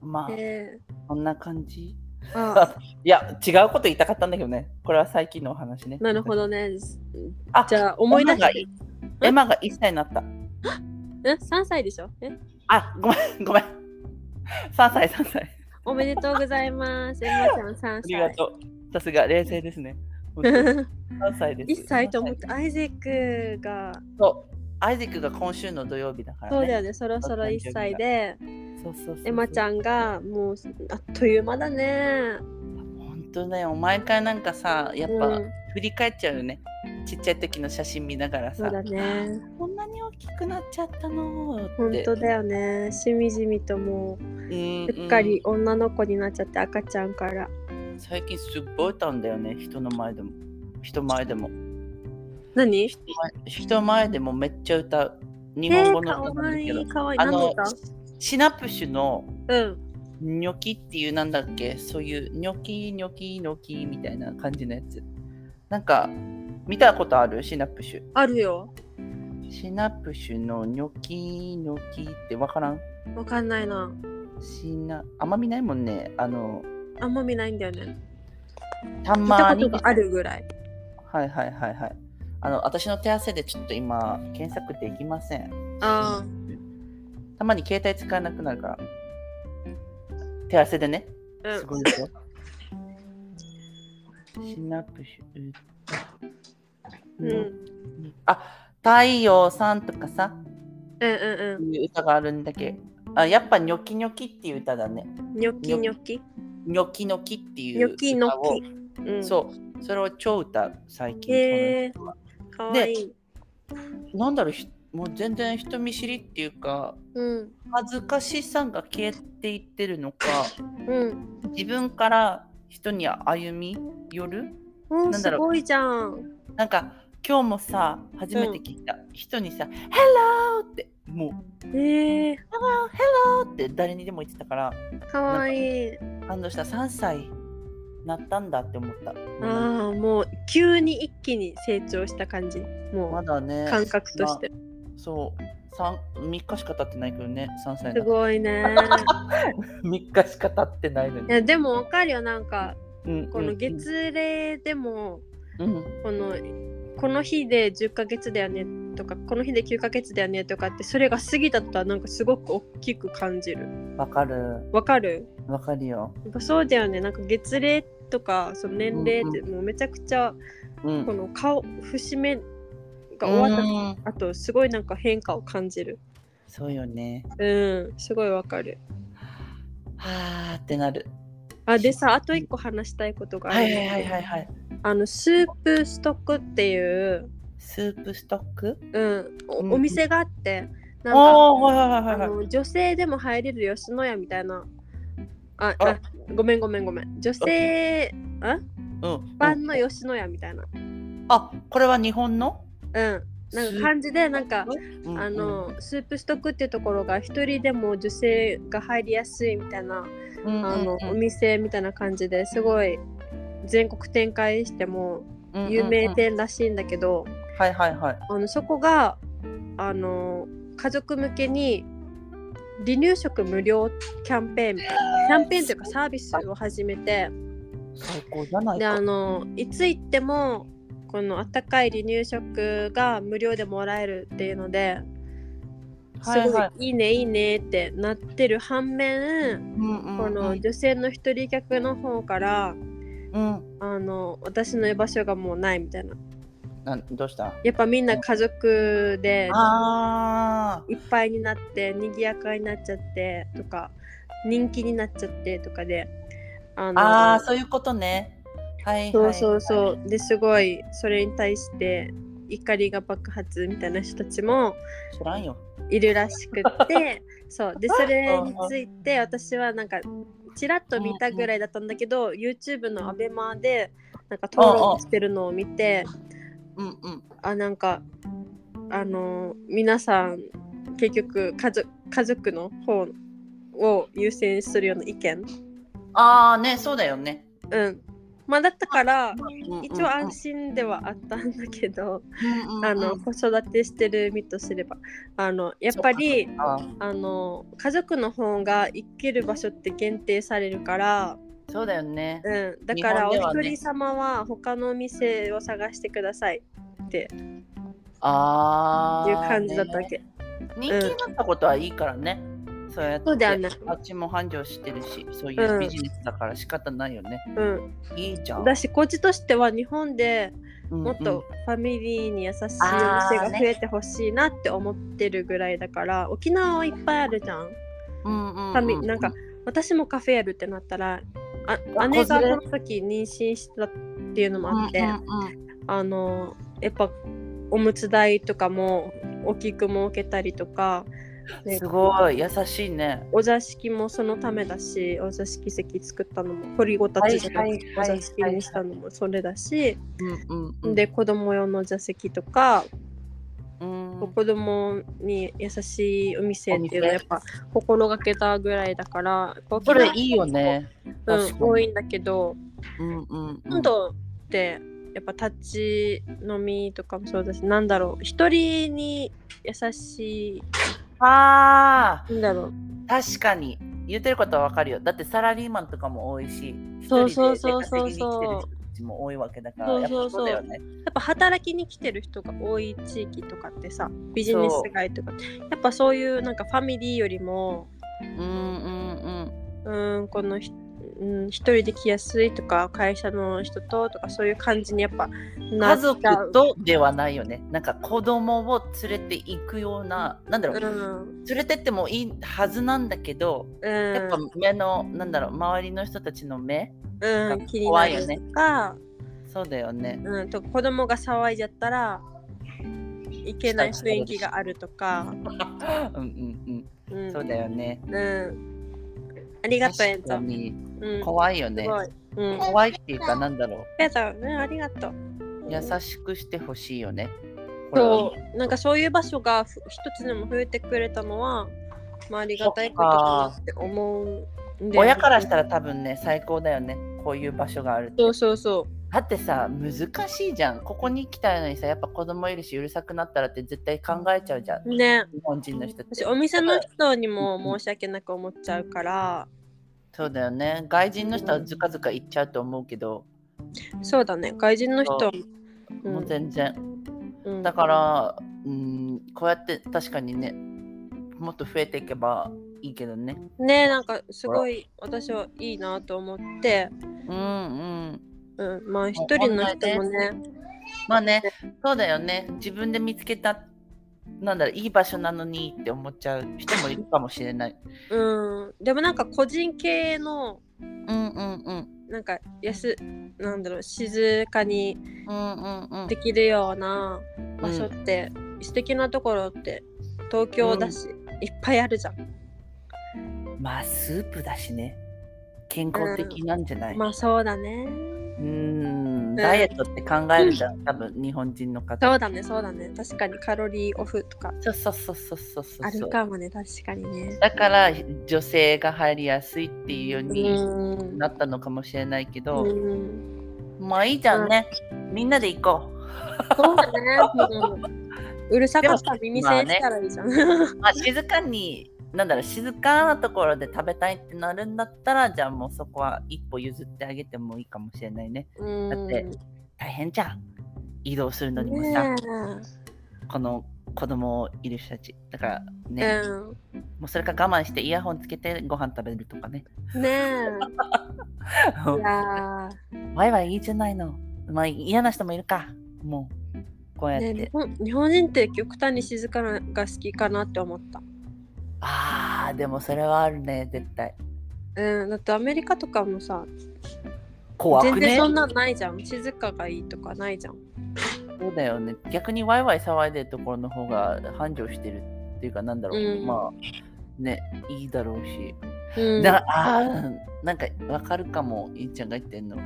Speaker 2: まあ、
Speaker 1: え
Speaker 2: こんな感じ
Speaker 1: ー、あ、
Speaker 2: いや、違うこと言いたかったんだけどね。これは最近のお話ね。
Speaker 1: なるほどね。
Speaker 2: あ
Speaker 1: じゃあ思い出
Speaker 2: エマが
Speaker 1: して。
Speaker 2: エマが1歳になった。
Speaker 1: え、三歳でしょ。え、
Speaker 2: あ、ごめん、ごめん。3歳、3歳。
Speaker 1: おめでとうございます。エマちゃん三
Speaker 2: ありが
Speaker 1: 歳。
Speaker 2: とう。さすが、冷静で すね。3歳です。
Speaker 1: 一歳と思って
Speaker 2: 3歳
Speaker 1: アイゼックが
Speaker 2: そう。アイゼックが今週の土曜日だから、ね。
Speaker 1: そうだよねそろそろ一歳で
Speaker 2: そうそうそうそう
Speaker 1: エマちゃ
Speaker 2: ん。
Speaker 1: んがもうあっという間だね
Speaker 2: 本当ね、お前からなんかさ、やっぱ、
Speaker 1: うん
Speaker 2: 振り返っちゃうよね。ちっちゃい時の写真見ながら
Speaker 1: そう、
Speaker 2: さ
Speaker 1: だね
Speaker 2: こんなに大きくなっちゃったのーって。
Speaker 1: 本当だよねしみじみとも
Speaker 2: うん
Speaker 1: うすっかり女の子になっちゃって赤ちゃんから
Speaker 2: 最近すっごい歌うんだよね人の前でも人前でも
Speaker 1: 何
Speaker 2: 人前人前でもめっちゃ歌う日
Speaker 1: え
Speaker 2: 本語
Speaker 1: ー、か
Speaker 2: の歌な
Speaker 1: わ
Speaker 2: んだ
Speaker 1: い
Speaker 2: けど、
Speaker 1: いかわいい
Speaker 2: あ
Speaker 1: 何の
Speaker 2: の
Speaker 1: 歌
Speaker 2: シナプシュの
Speaker 1: うん
Speaker 2: ニョキっていうなんだっけそういうニョキニョキニョキみたいな感じのやつなんか見たことあるシナプシュ
Speaker 1: あるよ
Speaker 2: シナプシュのニョキニョキってわからん
Speaker 1: わかんないな
Speaker 2: シナあんま見ないもんねあの
Speaker 1: あんま見ないんだよね
Speaker 2: た
Speaker 1: 聞いた
Speaker 2: ま
Speaker 1: こ
Speaker 2: に
Speaker 1: とがあるぐらい
Speaker 2: はいはいはいはいあの私の手汗でちょっと今検索できません
Speaker 1: あ
Speaker 2: たまに携帯使えなくなるから。手汗でね。
Speaker 1: あ
Speaker 2: すごいですよ。シナプシュ。
Speaker 1: うんうん
Speaker 2: あ、太陽さんとかさ、
Speaker 1: うんうん
Speaker 2: いう歌があるんだけど、あやっぱニョキニョキっていう歌だね。
Speaker 1: うんニョキニョキ
Speaker 2: ニョキニョキって
Speaker 1: ニ
Speaker 2: いう歌
Speaker 1: ョキノ
Speaker 2: を。
Speaker 1: キうん
Speaker 2: そう、それを超歌う、最近。
Speaker 1: へーかわいい
Speaker 2: なんだろうひ、もう全然人見知りっていうか、
Speaker 1: うん
Speaker 2: 恥ずかしさが消えていってるのか。
Speaker 1: うん
Speaker 2: 自分から人に歩み寄る
Speaker 1: うん
Speaker 2: なん
Speaker 1: す
Speaker 2: だろう
Speaker 1: ごいじゃん
Speaker 2: なんか今日もさ初めて聞いた、人にさ「Hello!」ってもう
Speaker 1: えー、
Speaker 2: 「Hello!」って誰にでも言ってたから
Speaker 1: かわいい
Speaker 2: 感動した3歳なったんだって思った
Speaker 1: ああもう急に一気に成長した感じ
Speaker 2: ま
Speaker 1: も
Speaker 2: だね
Speaker 1: う感覚として
Speaker 2: まあそう三3日しか経ってないけどね3歳
Speaker 1: す
Speaker 2: の
Speaker 1: ごいね
Speaker 2: 3日しか経ってないの
Speaker 1: い
Speaker 2: に、
Speaker 1: やでもわかるよなんか
Speaker 2: うん
Speaker 1: この月齢でも
Speaker 2: うんうん
Speaker 1: このこの日で10ヶ月だよねとかこの日で9ヶ月だよねとかってそれが過ぎたとはなんかすごく大きく感じる
Speaker 2: わかる
Speaker 1: わかる
Speaker 2: わかるよ、
Speaker 1: やっぱそうだよねなんか月齢とかその年齢ってもうめちゃくちゃ
Speaker 2: うん、
Speaker 1: この顔節目が終わった
Speaker 2: うん
Speaker 1: あとすごいなんか変化を感じる
Speaker 2: そうよね
Speaker 1: うんすごいわかる
Speaker 2: はあってなる
Speaker 1: あでさあと一個話したいことがあ
Speaker 2: は
Speaker 1: る、
Speaker 2: いはいはいはいはい
Speaker 1: あのスープストックっていう、
Speaker 2: スープストック
Speaker 1: うん、お
Speaker 2: うん
Speaker 1: お店があってなんか
Speaker 2: おおはいはいはい
Speaker 1: あ
Speaker 2: はい
Speaker 1: の女性でも入れる吉野家みたいなあ
Speaker 2: あ
Speaker 1: あごめんごめんごめん女性
Speaker 2: うん
Speaker 1: 版の吉野家みたいな
Speaker 2: あこれは日本の
Speaker 1: うんなんか感じでなんかあのスープストックっていうところが一人でも女性が入りやすいみたいな
Speaker 2: あ
Speaker 1: あのお店みたいな感じですごい全国展開しても有名店らしいんだけど、
Speaker 2: はいはいはい
Speaker 1: あのそこがあの家族向けに離乳食無料キャンペーンみたいなキャンペーンというかサービスを始めて
Speaker 2: 最高じゃない
Speaker 1: で
Speaker 2: か
Speaker 1: あのいつ行ってもこのあったかい離乳食が無料でもらえるっていうのですごいいいねいいねってなってる反面、この女性の一人客の方から
Speaker 2: うん、
Speaker 1: あの私の居場所がもうないみたいな
Speaker 2: なんどうした
Speaker 1: やっぱみんな家族で
Speaker 2: あ
Speaker 1: いっぱいになって賑やかになっちゃってとか人気になっちゃってとかであ
Speaker 2: ーあーそういうことねはい
Speaker 1: そうそうそうですごいそれに対して怒りが爆発みたいな人たちも
Speaker 2: う知らんよ
Speaker 1: いるらしくって そうでそれについて私はなんかちらっと見たぐらいだったんだけど YouTube の ABEMA でなんか討論してるのを見て
Speaker 2: うんうん
Speaker 1: あなんかあのー皆さん結局家族家族の方を優先するような意見
Speaker 2: ああねそうだよね、
Speaker 1: うんまあだったから
Speaker 2: うんうん
Speaker 1: 一応安心ではあったんだけど、
Speaker 2: うんうんうん
Speaker 1: あの子育てしてる身とすればあのやっぱり
Speaker 2: あー
Speaker 1: あの家族の方が生きる場所って限定されるから、
Speaker 2: そうだよね
Speaker 1: うん、だからお
Speaker 2: 日本ではね
Speaker 1: 一人様は他のお店を探してくださいって
Speaker 2: ああ
Speaker 1: いう感じだったわけ、
Speaker 2: 人気になったことはいいからね。そうやって
Speaker 1: そうだよね
Speaker 2: あっちも繁盛してるし、そうい
Speaker 1: ん
Speaker 2: うビジネスだから仕方ないよね。
Speaker 1: うん、
Speaker 2: いいじゃん。
Speaker 1: だしこっちとしては日本で
Speaker 2: うんうん
Speaker 1: もっとファミリーに優しいお店が増えてほしいなって思ってるぐらいだから、沖縄はいっぱいあるじゃん
Speaker 2: うんうんうん
Speaker 1: ファミなんか私もカフェやるってなったらあ姉がこの時妊娠したっていうのもあって、
Speaker 2: うんうんうん
Speaker 1: あのやっぱおむつ代とかも大きく設けたりとか、ね
Speaker 2: すごい優しいね。
Speaker 1: お座敷もそのためだしお座敷席作ったのも掘りごたつじゃなくて
Speaker 2: はいはいはい
Speaker 1: お座敷にしたのもそれだし、
Speaker 2: うんうんうん、
Speaker 1: で子供用の座席とか、
Speaker 2: うん、
Speaker 1: 子供に優しいお店っていうのは
Speaker 2: お
Speaker 1: やっ
Speaker 2: 店
Speaker 1: ぱ心がけたぐらいだから
Speaker 2: それいいよ、ね。
Speaker 1: う
Speaker 2: 確
Speaker 1: ん
Speaker 2: か、に
Speaker 1: 多いんだけど
Speaker 2: うんうんうん、
Speaker 1: 今度ってやっぱ立ち飲みとかもそうだしなんだろう一人に優し
Speaker 2: ああ
Speaker 1: いんだろう
Speaker 2: 確かに言ってることはわかるよ。だってサラリーマンとかも多いし、
Speaker 1: そう
Speaker 2: 一人で
Speaker 1: そうそうそう
Speaker 2: 出稼ぎに来てる人たちも多いわけだから、
Speaker 1: そう
Speaker 2: やっ
Speaker 1: そうそ
Speaker 2: ぱそううだよね。
Speaker 1: やっぱ働きに来てる人が多い地域とかってさビジネス街とかやっぱそういうなんかファミリーよりも
Speaker 2: うんうんうん。
Speaker 1: うーんこのひうん、一人で来やすいとか会社の人ととかそういう感じにやっぱな
Speaker 2: 家
Speaker 1: っちゃう
Speaker 2: 族とではないよね。なんか子供を連れて行くような、なんだろ
Speaker 1: う
Speaker 2: う、
Speaker 1: ん、
Speaker 2: 連れてってもいいはずなんだけど、
Speaker 1: うん、
Speaker 2: やっぱ目の、なんだろう、周りの人たちの目、
Speaker 1: うん、気になるとか、
Speaker 2: そうだよね。
Speaker 1: うん、と子供が騒いじゃったらいけない雰囲気があるとか、
Speaker 2: うんうん
Speaker 1: う、
Speaker 2: うんん、そうだよね。
Speaker 1: うん、ありがとうエン
Speaker 2: 確
Speaker 1: ちゃ
Speaker 2: か
Speaker 1: ん、
Speaker 2: に
Speaker 1: うん、
Speaker 2: 怖いよ
Speaker 1: す
Speaker 2: ね。
Speaker 1: ごい、うん、
Speaker 2: 怖いっていうか、なんだろう、
Speaker 1: ペンさん、うん、ありがとう
Speaker 2: 優しくしてほしいよね。これは
Speaker 1: そうなんかそういう場所がふ一つでも増えてくれたのは、まあ、ありがたいことだなって思うんで
Speaker 2: 親からしたら多分ね、最高だよね。こういう場所があるって
Speaker 1: そうそうそ
Speaker 2: だってさ難しいじゃんここに来たのにさやっぱ子供いるしうるさくなったらって絶対考えちゃうじゃん
Speaker 1: うね
Speaker 2: 日本人の人って
Speaker 1: 私お店の人にも申し訳なく思っちゃうから
Speaker 2: そうだよね外人の人はずかずか行っちゃうと思うけど、
Speaker 1: そうだね外人の人はうん
Speaker 2: もう全然
Speaker 1: うん
Speaker 2: だからうんこうやって確かにねもっと増えていけばいいけどね
Speaker 1: ねなんかすごい私はいいなと思って、
Speaker 2: うんうん
Speaker 1: うん、まあ一人の人もね
Speaker 2: まあねそうだよね自分で見つけたなんだろういい場所なのにって思っちゃう人もいるかもしれない
Speaker 1: うんでもなんか個人系の
Speaker 2: うんうんうん
Speaker 1: なんか安なんだろう静かに
Speaker 2: うんうんうん
Speaker 1: できるような場所って、素敵なところって東京だし、いっぱいあるじゃん、
Speaker 2: まあスープだしね健康的なんじゃない、う
Speaker 1: まあそうだね
Speaker 2: ーんダイエットって考えるじゃん、多分日本人の
Speaker 1: そう
Speaker 2: 方
Speaker 1: だねそうだね確かにカロリーオフとか
Speaker 2: そうそうそうそうそうそう
Speaker 1: あるかもね確かにね
Speaker 2: だから女性が入りやすいっていうよう
Speaker 1: う
Speaker 2: に
Speaker 1: ん
Speaker 2: なったのかもしれないけど、
Speaker 1: うん
Speaker 2: まあいいじゃんね、みんなで行こ
Speaker 1: そうだね、うるさかったら耳栓したらいいじゃん、
Speaker 2: う、まあ、静かになんだろう静かなところで食べたいってなるんだったらじゃあもうそこは一歩譲ってあげてもいいかもしれないね
Speaker 1: うん
Speaker 2: だって大変じゃん移動するのにもさ、
Speaker 1: ね
Speaker 2: この子供いる人たちだからね、
Speaker 1: う
Speaker 2: もうそれか我慢してイヤホンつけてご飯食べるとかね
Speaker 1: ん。ねえ。い や
Speaker 2: 前はいいじゃないのまあ嫌な人もいるかもうこうやっ
Speaker 1: ー、
Speaker 2: て、
Speaker 1: ね、日本日本人って極端に静かなのが好きかなって思った。
Speaker 2: あーでもそれはあるね絶対
Speaker 1: うん、だってアメリカとかもさ、
Speaker 2: 怖く
Speaker 1: 全然
Speaker 2: ね
Speaker 1: そんなのないじゃん。静かがいいとかないじゃん。
Speaker 2: そうだよね逆にワイワイ騒いでるところの方が繁盛してるっていうかなんだろう、
Speaker 1: うん
Speaker 2: まあねいいだろうし、
Speaker 1: うん、
Speaker 2: なあーなんかわかるかもいいちゃんが言ってんの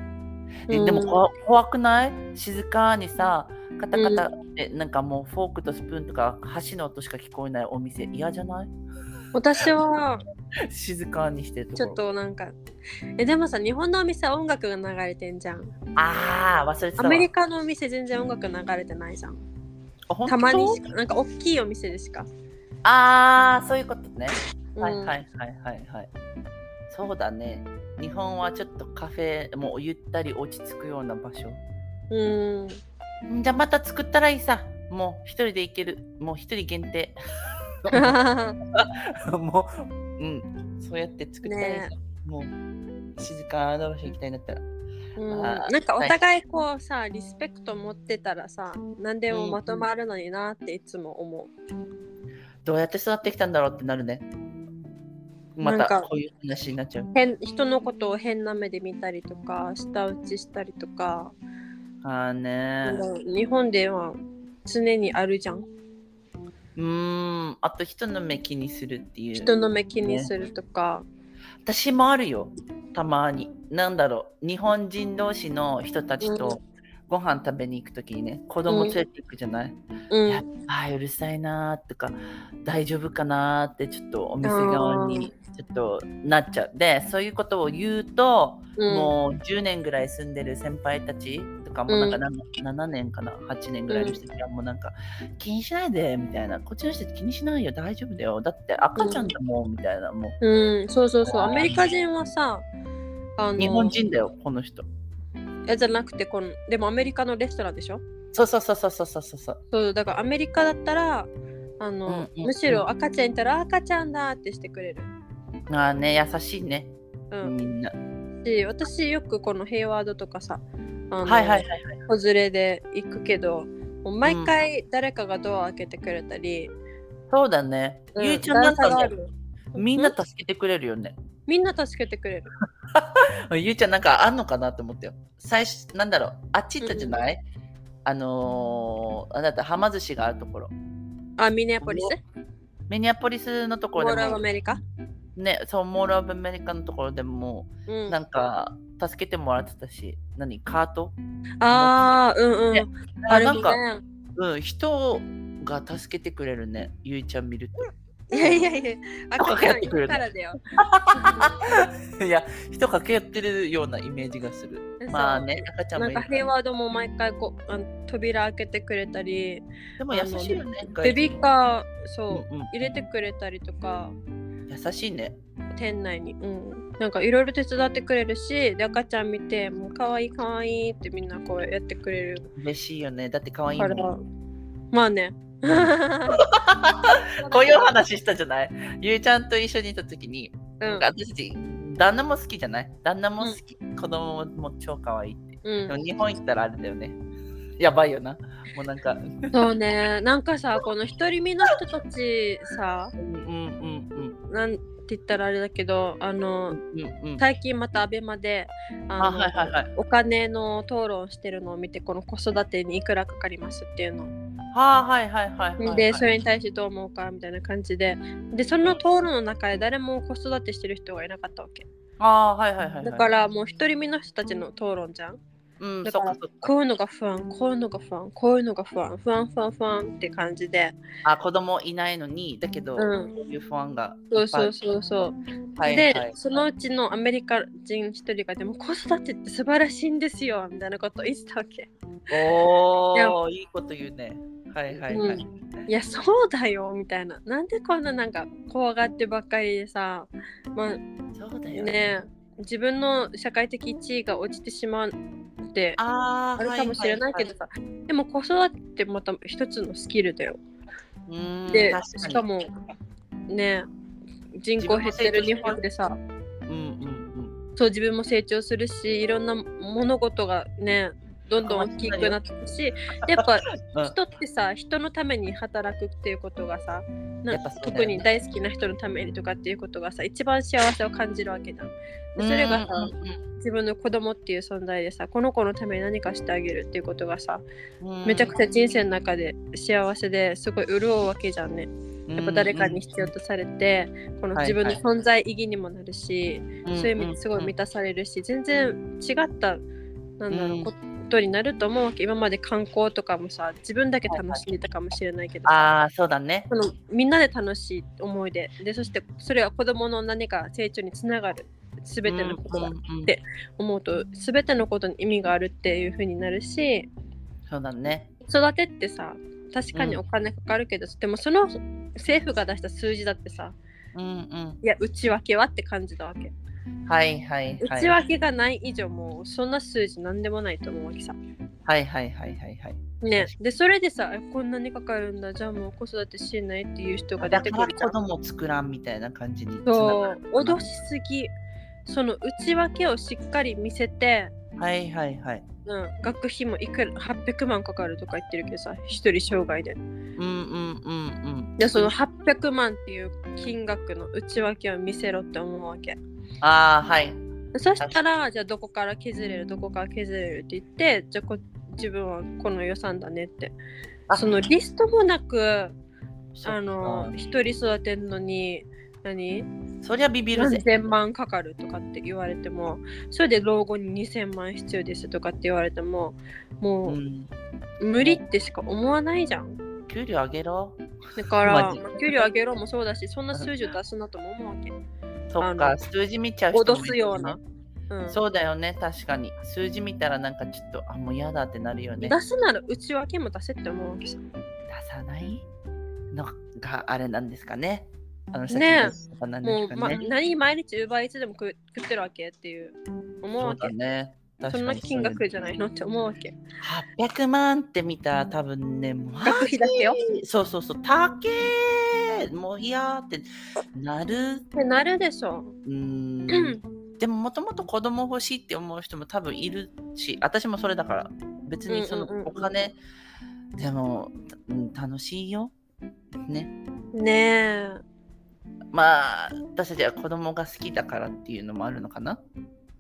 Speaker 2: えでも
Speaker 1: うん
Speaker 2: 怖怖くない静かにさカタカタって、なんかもうフォークとスプーンとか箸の音しか聞こえないお店嫌じゃない
Speaker 1: 私は
Speaker 2: 静かにしてるとこ
Speaker 1: ち
Speaker 2: ろ
Speaker 1: ょっとなんかえでもさ日本のお店は音楽が流れてんじゃん
Speaker 2: ああ忘れて
Speaker 1: ア
Speaker 2: たわ
Speaker 1: メリカのお店全然音楽流れてないじゃん
Speaker 2: あ本当
Speaker 1: たまにしかなんか大きいお店でしか、
Speaker 2: ああそういうことね、
Speaker 1: うん
Speaker 2: はいはいはいはいはいそうだね日本はちょっとカフェもうゆったり落ち着くような場所
Speaker 1: うん
Speaker 2: んじゃあまた作ったらいいさもう一人で行けるもう一人限 定もう、うん、そうやって作ったらいいさ、
Speaker 1: ね
Speaker 2: もう、静かな場所行きたいんだったら。
Speaker 1: うん
Speaker 2: あー
Speaker 1: なんかお互いこうさ、リスペクト持ってたらさ何でもまとまるのになっていつも思
Speaker 2: どうやって育ってきたんだろうってなるね。ま
Speaker 1: なん
Speaker 2: た
Speaker 1: か
Speaker 2: こういう話になっちゃう
Speaker 1: う。変人のことを変な目で見たりとか舌打ちしたりとか、
Speaker 2: ああね
Speaker 1: なんだろう日本では常にあるじゃん
Speaker 2: うーん、あと人の目気にするっていう。
Speaker 1: 人の目気にするとか、
Speaker 2: 私もあるよ、たまに。なんだろう、日本人同士の人たち
Speaker 1: う
Speaker 2: とご飯食べに行くときにね、子供連れて行くじゃない、
Speaker 1: うん
Speaker 2: やっぱりうるさいなーとか大丈夫かなーってちょっとお店側にちょっとなっちゃうでそういうことを言うと、
Speaker 1: うん
Speaker 2: もう10年ぐらい住んでる先輩たちとかも
Speaker 1: う
Speaker 2: なんんか 7,、7年かな8年ぐらいの人たちはもうなんか気にしないでみたいなこっちの人気にしないよ大丈夫だよだって赤ちゃんだもんみたいなも
Speaker 1: うん、そうそうそう。
Speaker 2: あ
Speaker 1: ア
Speaker 2: ー
Speaker 1: メリカ人はさ、あ
Speaker 2: う
Speaker 1: の
Speaker 2: 日本人だよこの人
Speaker 1: いやじゃなくてこの、でもアメリカのレストランでしょ
Speaker 2: そうそうそうそうそうそうそう
Speaker 1: そうだからアメリカだったら、あの、
Speaker 2: うんうん
Speaker 1: むしろ赤ちゃんいたら赤ちゃんだってしてくれる。
Speaker 2: ああね優しいね
Speaker 1: うん。
Speaker 2: みんな、
Speaker 1: し、私よくこのヘイワードとかさ、あの、
Speaker 2: はいはいはい
Speaker 1: 子連れで行くけど、もう毎回誰かがドア開けてくれたり、
Speaker 2: そうだね、
Speaker 1: うん
Speaker 2: ゆうちゃんだった
Speaker 1: 段差があ
Speaker 2: ら
Speaker 1: る
Speaker 2: みんな助けてくれるよね
Speaker 1: みんな助けてくれる。
Speaker 2: ゆうちゃんなんかあんのかなって思ったよ。最初、なんだろう、あっち行ったじゃない、あのー、あなた、はま寿司があるところ。
Speaker 1: あ、ミネアポリス
Speaker 2: ミニアポリスのとこ
Speaker 1: モ
Speaker 2: ろ
Speaker 1: ー
Speaker 2: で
Speaker 1: ラーア
Speaker 2: も、
Speaker 1: メリカ
Speaker 2: ね、そう、モール・オブ・アメリカのところでも、
Speaker 1: うん。
Speaker 2: なんか、助けてもらってたし、何、カート
Speaker 1: ああ、うんうん
Speaker 2: ね。
Speaker 1: ある
Speaker 2: なんか、
Speaker 1: ね。
Speaker 2: うん、人が助けてくれるね、ゆいちゃん見る
Speaker 1: いやいやいや、 赤ちゃんい
Speaker 2: くれ
Speaker 1: る
Speaker 2: る
Speaker 1: からだよ。
Speaker 2: と。いや、人かけ合ってるようなイメージがする。まあね、赤ちゃん
Speaker 1: な
Speaker 2: も
Speaker 1: ん
Speaker 2: い
Speaker 1: か
Speaker 2: る
Speaker 1: ヘイワードも毎回こうあの扉開けてくれたり、
Speaker 2: でも優しいよね、
Speaker 1: ベビーカー
Speaker 2: うん
Speaker 1: そう
Speaker 2: うん
Speaker 1: 入れてくれたりとか、
Speaker 2: 優しいね。
Speaker 1: 店内に、うん、なんかいろいろ手伝ってくれるし、で赤ちゃん見てもう可愛い可愛いってみんなこうやってくれる
Speaker 2: 嬉しいよね。だって可愛い
Speaker 1: か
Speaker 2: もん。
Speaker 1: ら、まあね。
Speaker 2: こういうお話したじゃないゆうちゃんと一緒にいた時に、
Speaker 1: う
Speaker 2: なん
Speaker 1: ん
Speaker 2: か私たち旦那も好きじゃない旦那も好き、子供も超可愛いって。
Speaker 1: う
Speaker 2: でも
Speaker 1: ん、
Speaker 2: 日本行ったらあれだよね。やばいよな。もうなんか、
Speaker 1: そうねなんかさこの独り身の人たちさ
Speaker 2: うんうんうん
Speaker 1: なんて言ったらあれだけどあの
Speaker 2: うんうんうん。
Speaker 1: 最近またアベマで
Speaker 2: あ、
Speaker 1: あの
Speaker 2: はいはいはい。
Speaker 1: お金の討論してるのを見てこの子育てにいくらかかりますっていうの
Speaker 2: はあ、はいはいはいはい、はい。
Speaker 1: でそれに対してどう思うかみたいな感じででその討論の中で誰も子育てしてる人がいなかったわけ
Speaker 2: ああ、はいはいはい、はい。
Speaker 1: だか、らもう独り身の人たちの討論じゃん
Speaker 2: うん、
Speaker 1: だ
Speaker 2: そ
Speaker 1: か
Speaker 2: っからそっか。
Speaker 1: こういうのが不安こういうのが不安こういうのが不安不安不安不安って感じで
Speaker 2: あ、子供いないのに、だけど、
Speaker 1: うん
Speaker 2: こういう不安が。
Speaker 1: そうそうそうそう
Speaker 2: はいはいは
Speaker 1: で
Speaker 2: い、
Speaker 1: そのうちのアメリカ人一人がでも子育てって素晴らしいんですよみたいなことを言ってたわけ
Speaker 2: おー、いいこと言うね。はいはいはい。
Speaker 1: ういやそうだよみたいななんでこんななんか怖がってばっかりでさまあ
Speaker 2: そうだよ
Speaker 1: ね自分の社会的地位が落ちてしまうって
Speaker 2: あー
Speaker 1: あるかもしれないけどさ、でも子育てってまた一つのスキルだよ、
Speaker 2: うん
Speaker 1: で
Speaker 3: 確かに
Speaker 1: しかもね人口減ってる日本でさ
Speaker 2: うんうん
Speaker 1: そう自分も成長するしいろんな物事がねどんどん大きくなってくしやっぱ
Speaker 2: うん
Speaker 1: 人ってさ人のために働くっていうことがさな
Speaker 2: やっぱそうだよね
Speaker 1: 特に大好きな人のためにとかっていうことがさ一番幸せを感じるわけじゃん。
Speaker 2: う
Speaker 1: で
Speaker 2: ん。
Speaker 1: それがさ
Speaker 2: う
Speaker 1: 自分の子供っていう存在でさこの子のために何かしてあげるっていうことがさ
Speaker 2: ん、
Speaker 1: めちゃくちゃ人生の中で幸せですごい潤うわけじゃんね。やっぱ誰かに必要とされてこの
Speaker 2: はい
Speaker 1: 自分の
Speaker 2: はい
Speaker 1: 存在意義にもなるし
Speaker 2: 要
Speaker 1: そういう意味ですごい満たされるし全然違ったなんだろ
Speaker 2: う
Speaker 1: うんことになると思うわけ今まで観光とかもさ自分だけ楽しんでたかもしれないけどさ
Speaker 2: ああ、そうだね。
Speaker 1: そのみんなで楽しい思い出でそしてそれは子どもの何か成長につながる全てのことだ
Speaker 2: うんうんうん
Speaker 1: で思うと全てのことに意味があるっていう風になるし
Speaker 2: そうだね。
Speaker 1: 育てってさ確かにお金かかるけど、でもその政府が出した数字だってさ
Speaker 2: うん
Speaker 1: いや内訳はって感じだわけ
Speaker 2: うん。はいはいはい。
Speaker 1: 内訳がない以上もうそんな数字なんでもないと思うわけさ
Speaker 2: はいはいはいはいはい。
Speaker 1: ねでそれでさえこんなにかかるんだじゃあもう子育てしないっていう人が出
Speaker 2: だ
Speaker 1: て
Speaker 2: か
Speaker 1: く
Speaker 2: ら
Speaker 1: るじゃ
Speaker 2: 子
Speaker 1: ん
Speaker 2: 供作らんみたいな感じにつな
Speaker 1: そ
Speaker 2: が
Speaker 1: う
Speaker 2: る。
Speaker 1: 脅しすぎその内訳をしっかり見せて、
Speaker 2: はいはいはい。
Speaker 1: うん、学費もいくら800万かかるとか言ってるけどさ一人生涯で
Speaker 2: うんうんうんうん。
Speaker 1: でその800万っていう金額の内訳を見せろって思うわけ
Speaker 2: ああはい。
Speaker 1: そしたらじゃあどこから削れるどこから削れるって言ってじゃあこ自分はこの予算だねって
Speaker 2: あ
Speaker 1: そのリストもなく
Speaker 2: そっか
Speaker 1: あの一人育てんのに何
Speaker 2: そりゃビビる
Speaker 1: 何
Speaker 2: ぜ。
Speaker 1: 千万かかるとかって言われてもそれで老後に2000万必要ですとかって言われても
Speaker 2: う
Speaker 1: も
Speaker 2: ん。
Speaker 1: う無理ってしか思わないじゃん
Speaker 2: 給料上げろ。
Speaker 1: だから
Speaker 2: マジ
Speaker 1: 給料上げろもそうだしそんな数字を出すなとも思うわけ、
Speaker 2: そっ
Speaker 1: あ
Speaker 2: か
Speaker 1: の
Speaker 2: 数字見ちゃう人もいるね
Speaker 1: 脅すようなうん、
Speaker 2: そうだよね確かに数字見たらなんかちょっとあもう嫌だってなるよね。
Speaker 1: 出すなら内訳も出せって思うわけさ
Speaker 2: 出さないのがあれなんですかね。あの人
Speaker 1: ねえ
Speaker 2: たちのなん
Speaker 1: も
Speaker 2: で
Speaker 1: う、
Speaker 2: す
Speaker 1: ま
Speaker 2: か、ね。
Speaker 1: 何毎日 Uber Eats でも食う食ってるわけっていう思う
Speaker 2: そ
Speaker 1: わ
Speaker 2: う
Speaker 1: け
Speaker 2: だね。
Speaker 1: そ,、んな金額じゃないのって思うわけ
Speaker 2: 800万って見たら多分ね、もう
Speaker 1: 学費だけよ
Speaker 2: マジそうそうそう、高えもういやーってなる。
Speaker 1: ってなるでしょ
Speaker 2: うー ん
Speaker 1: うん
Speaker 2: でももともと子供欲しいって思う人も多分いるし、私もそれだから、別にその
Speaker 1: うんうんうんうん
Speaker 2: お金、でも、うん、楽しいよ。ね。
Speaker 1: ねえ
Speaker 2: まあ、私たちは子供が好きだからっていうのもあるのかな。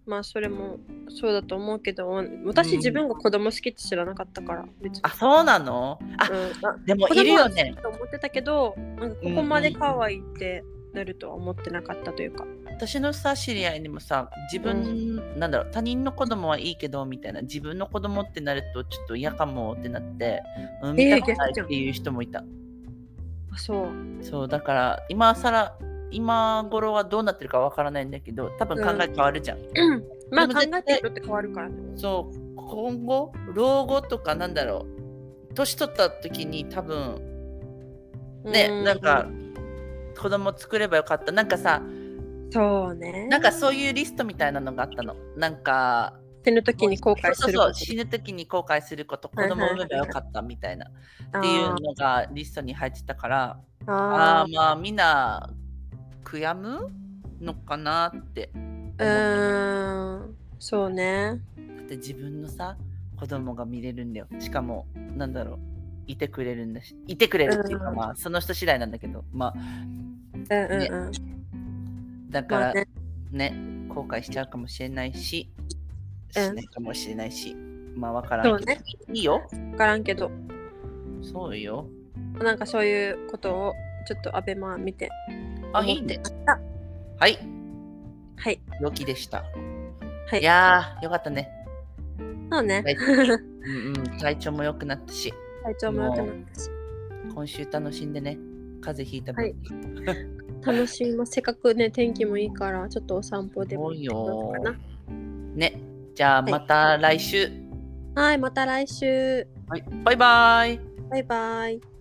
Speaker 1: まあそれもそうだと思うけど私自分が子供好きって知らなかったから別に、
Speaker 2: あ、そうなのあ、
Speaker 1: うん、あ
Speaker 2: でもいるよね。
Speaker 1: と思ってたけどなんかここまで可愛いってなるとは思ってなかったというか、
Speaker 2: 私のさ知り合いにもさ自分、なんだろう他人の子供はいいけどみたいな自分の子供ってなるとちょっと嫌かもってなって産みたくないっていう人もいた、
Speaker 1: あそう
Speaker 2: そうだから今さら今頃はどうなってるかわからないんだけど多分考え変わるじゃん、
Speaker 1: まあ
Speaker 2: で
Speaker 1: 考
Speaker 2: も絶対
Speaker 1: えてることって変わるからね
Speaker 2: そう今後老後とかなんだろう年取った時に多分ね、
Speaker 1: う
Speaker 2: なんか子供作ればよかったなんかさ
Speaker 1: そうね
Speaker 2: なんかそういうリストみたいなのがあったのなんか
Speaker 1: 死ぬ時に後悔する
Speaker 2: そ
Speaker 1: こ
Speaker 2: うそう
Speaker 1: と
Speaker 2: そう死ぬ時に後悔すること子供産めばよかったみたいなっ
Speaker 1: あー
Speaker 2: ていうのがリストに入ってたからあ
Speaker 1: あ
Speaker 2: あーまあみんな悔やむのかなって
Speaker 1: ーうーんそうね
Speaker 2: だって自分のさ子供が見れるんだよしかもなんだろういてくれるんだしいてくれるっていうか、
Speaker 1: うん
Speaker 2: まあその人次第なんだけどまあ
Speaker 1: うんうんうん、
Speaker 2: だか
Speaker 1: ま
Speaker 2: ら
Speaker 1: あね
Speaker 2: ね,、後悔しちゃうかもしれないしし
Speaker 1: うん
Speaker 2: ないかもしれないし、まあわから
Speaker 1: そ
Speaker 2: ん
Speaker 1: う
Speaker 2: けど、
Speaker 1: ね
Speaker 2: いいよ
Speaker 1: 分からんけど
Speaker 2: そうよ
Speaker 1: なんかそういうことをちょっとアベマ見て
Speaker 2: あいいね
Speaker 1: あ
Speaker 2: はい
Speaker 1: はい
Speaker 2: 良きでした。
Speaker 1: はい
Speaker 2: いやー、よかったね。
Speaker 1: そうね、
Speaker 2: はいうんうん、体調も良くなったし、
Speaker 1: 体調も良くなったし
Speaker 2: 今週楽しんでね、風邪ひいた
Speaker 1: はい
Speaker 2: 分。
Speaker 1: 楽しみますせっかくね天気もいいからちょっとお散歩でも
Speaker 2: 多いよ
Speaker 1: 行ってみようか
Speaker 2: ね、じゃあ
Speaker 1: はい
Speaker 2: また来週。
Speaker 1: なはいまた来週
Speaker 2: はい、バイバイ。
Speaker 1: バイバイ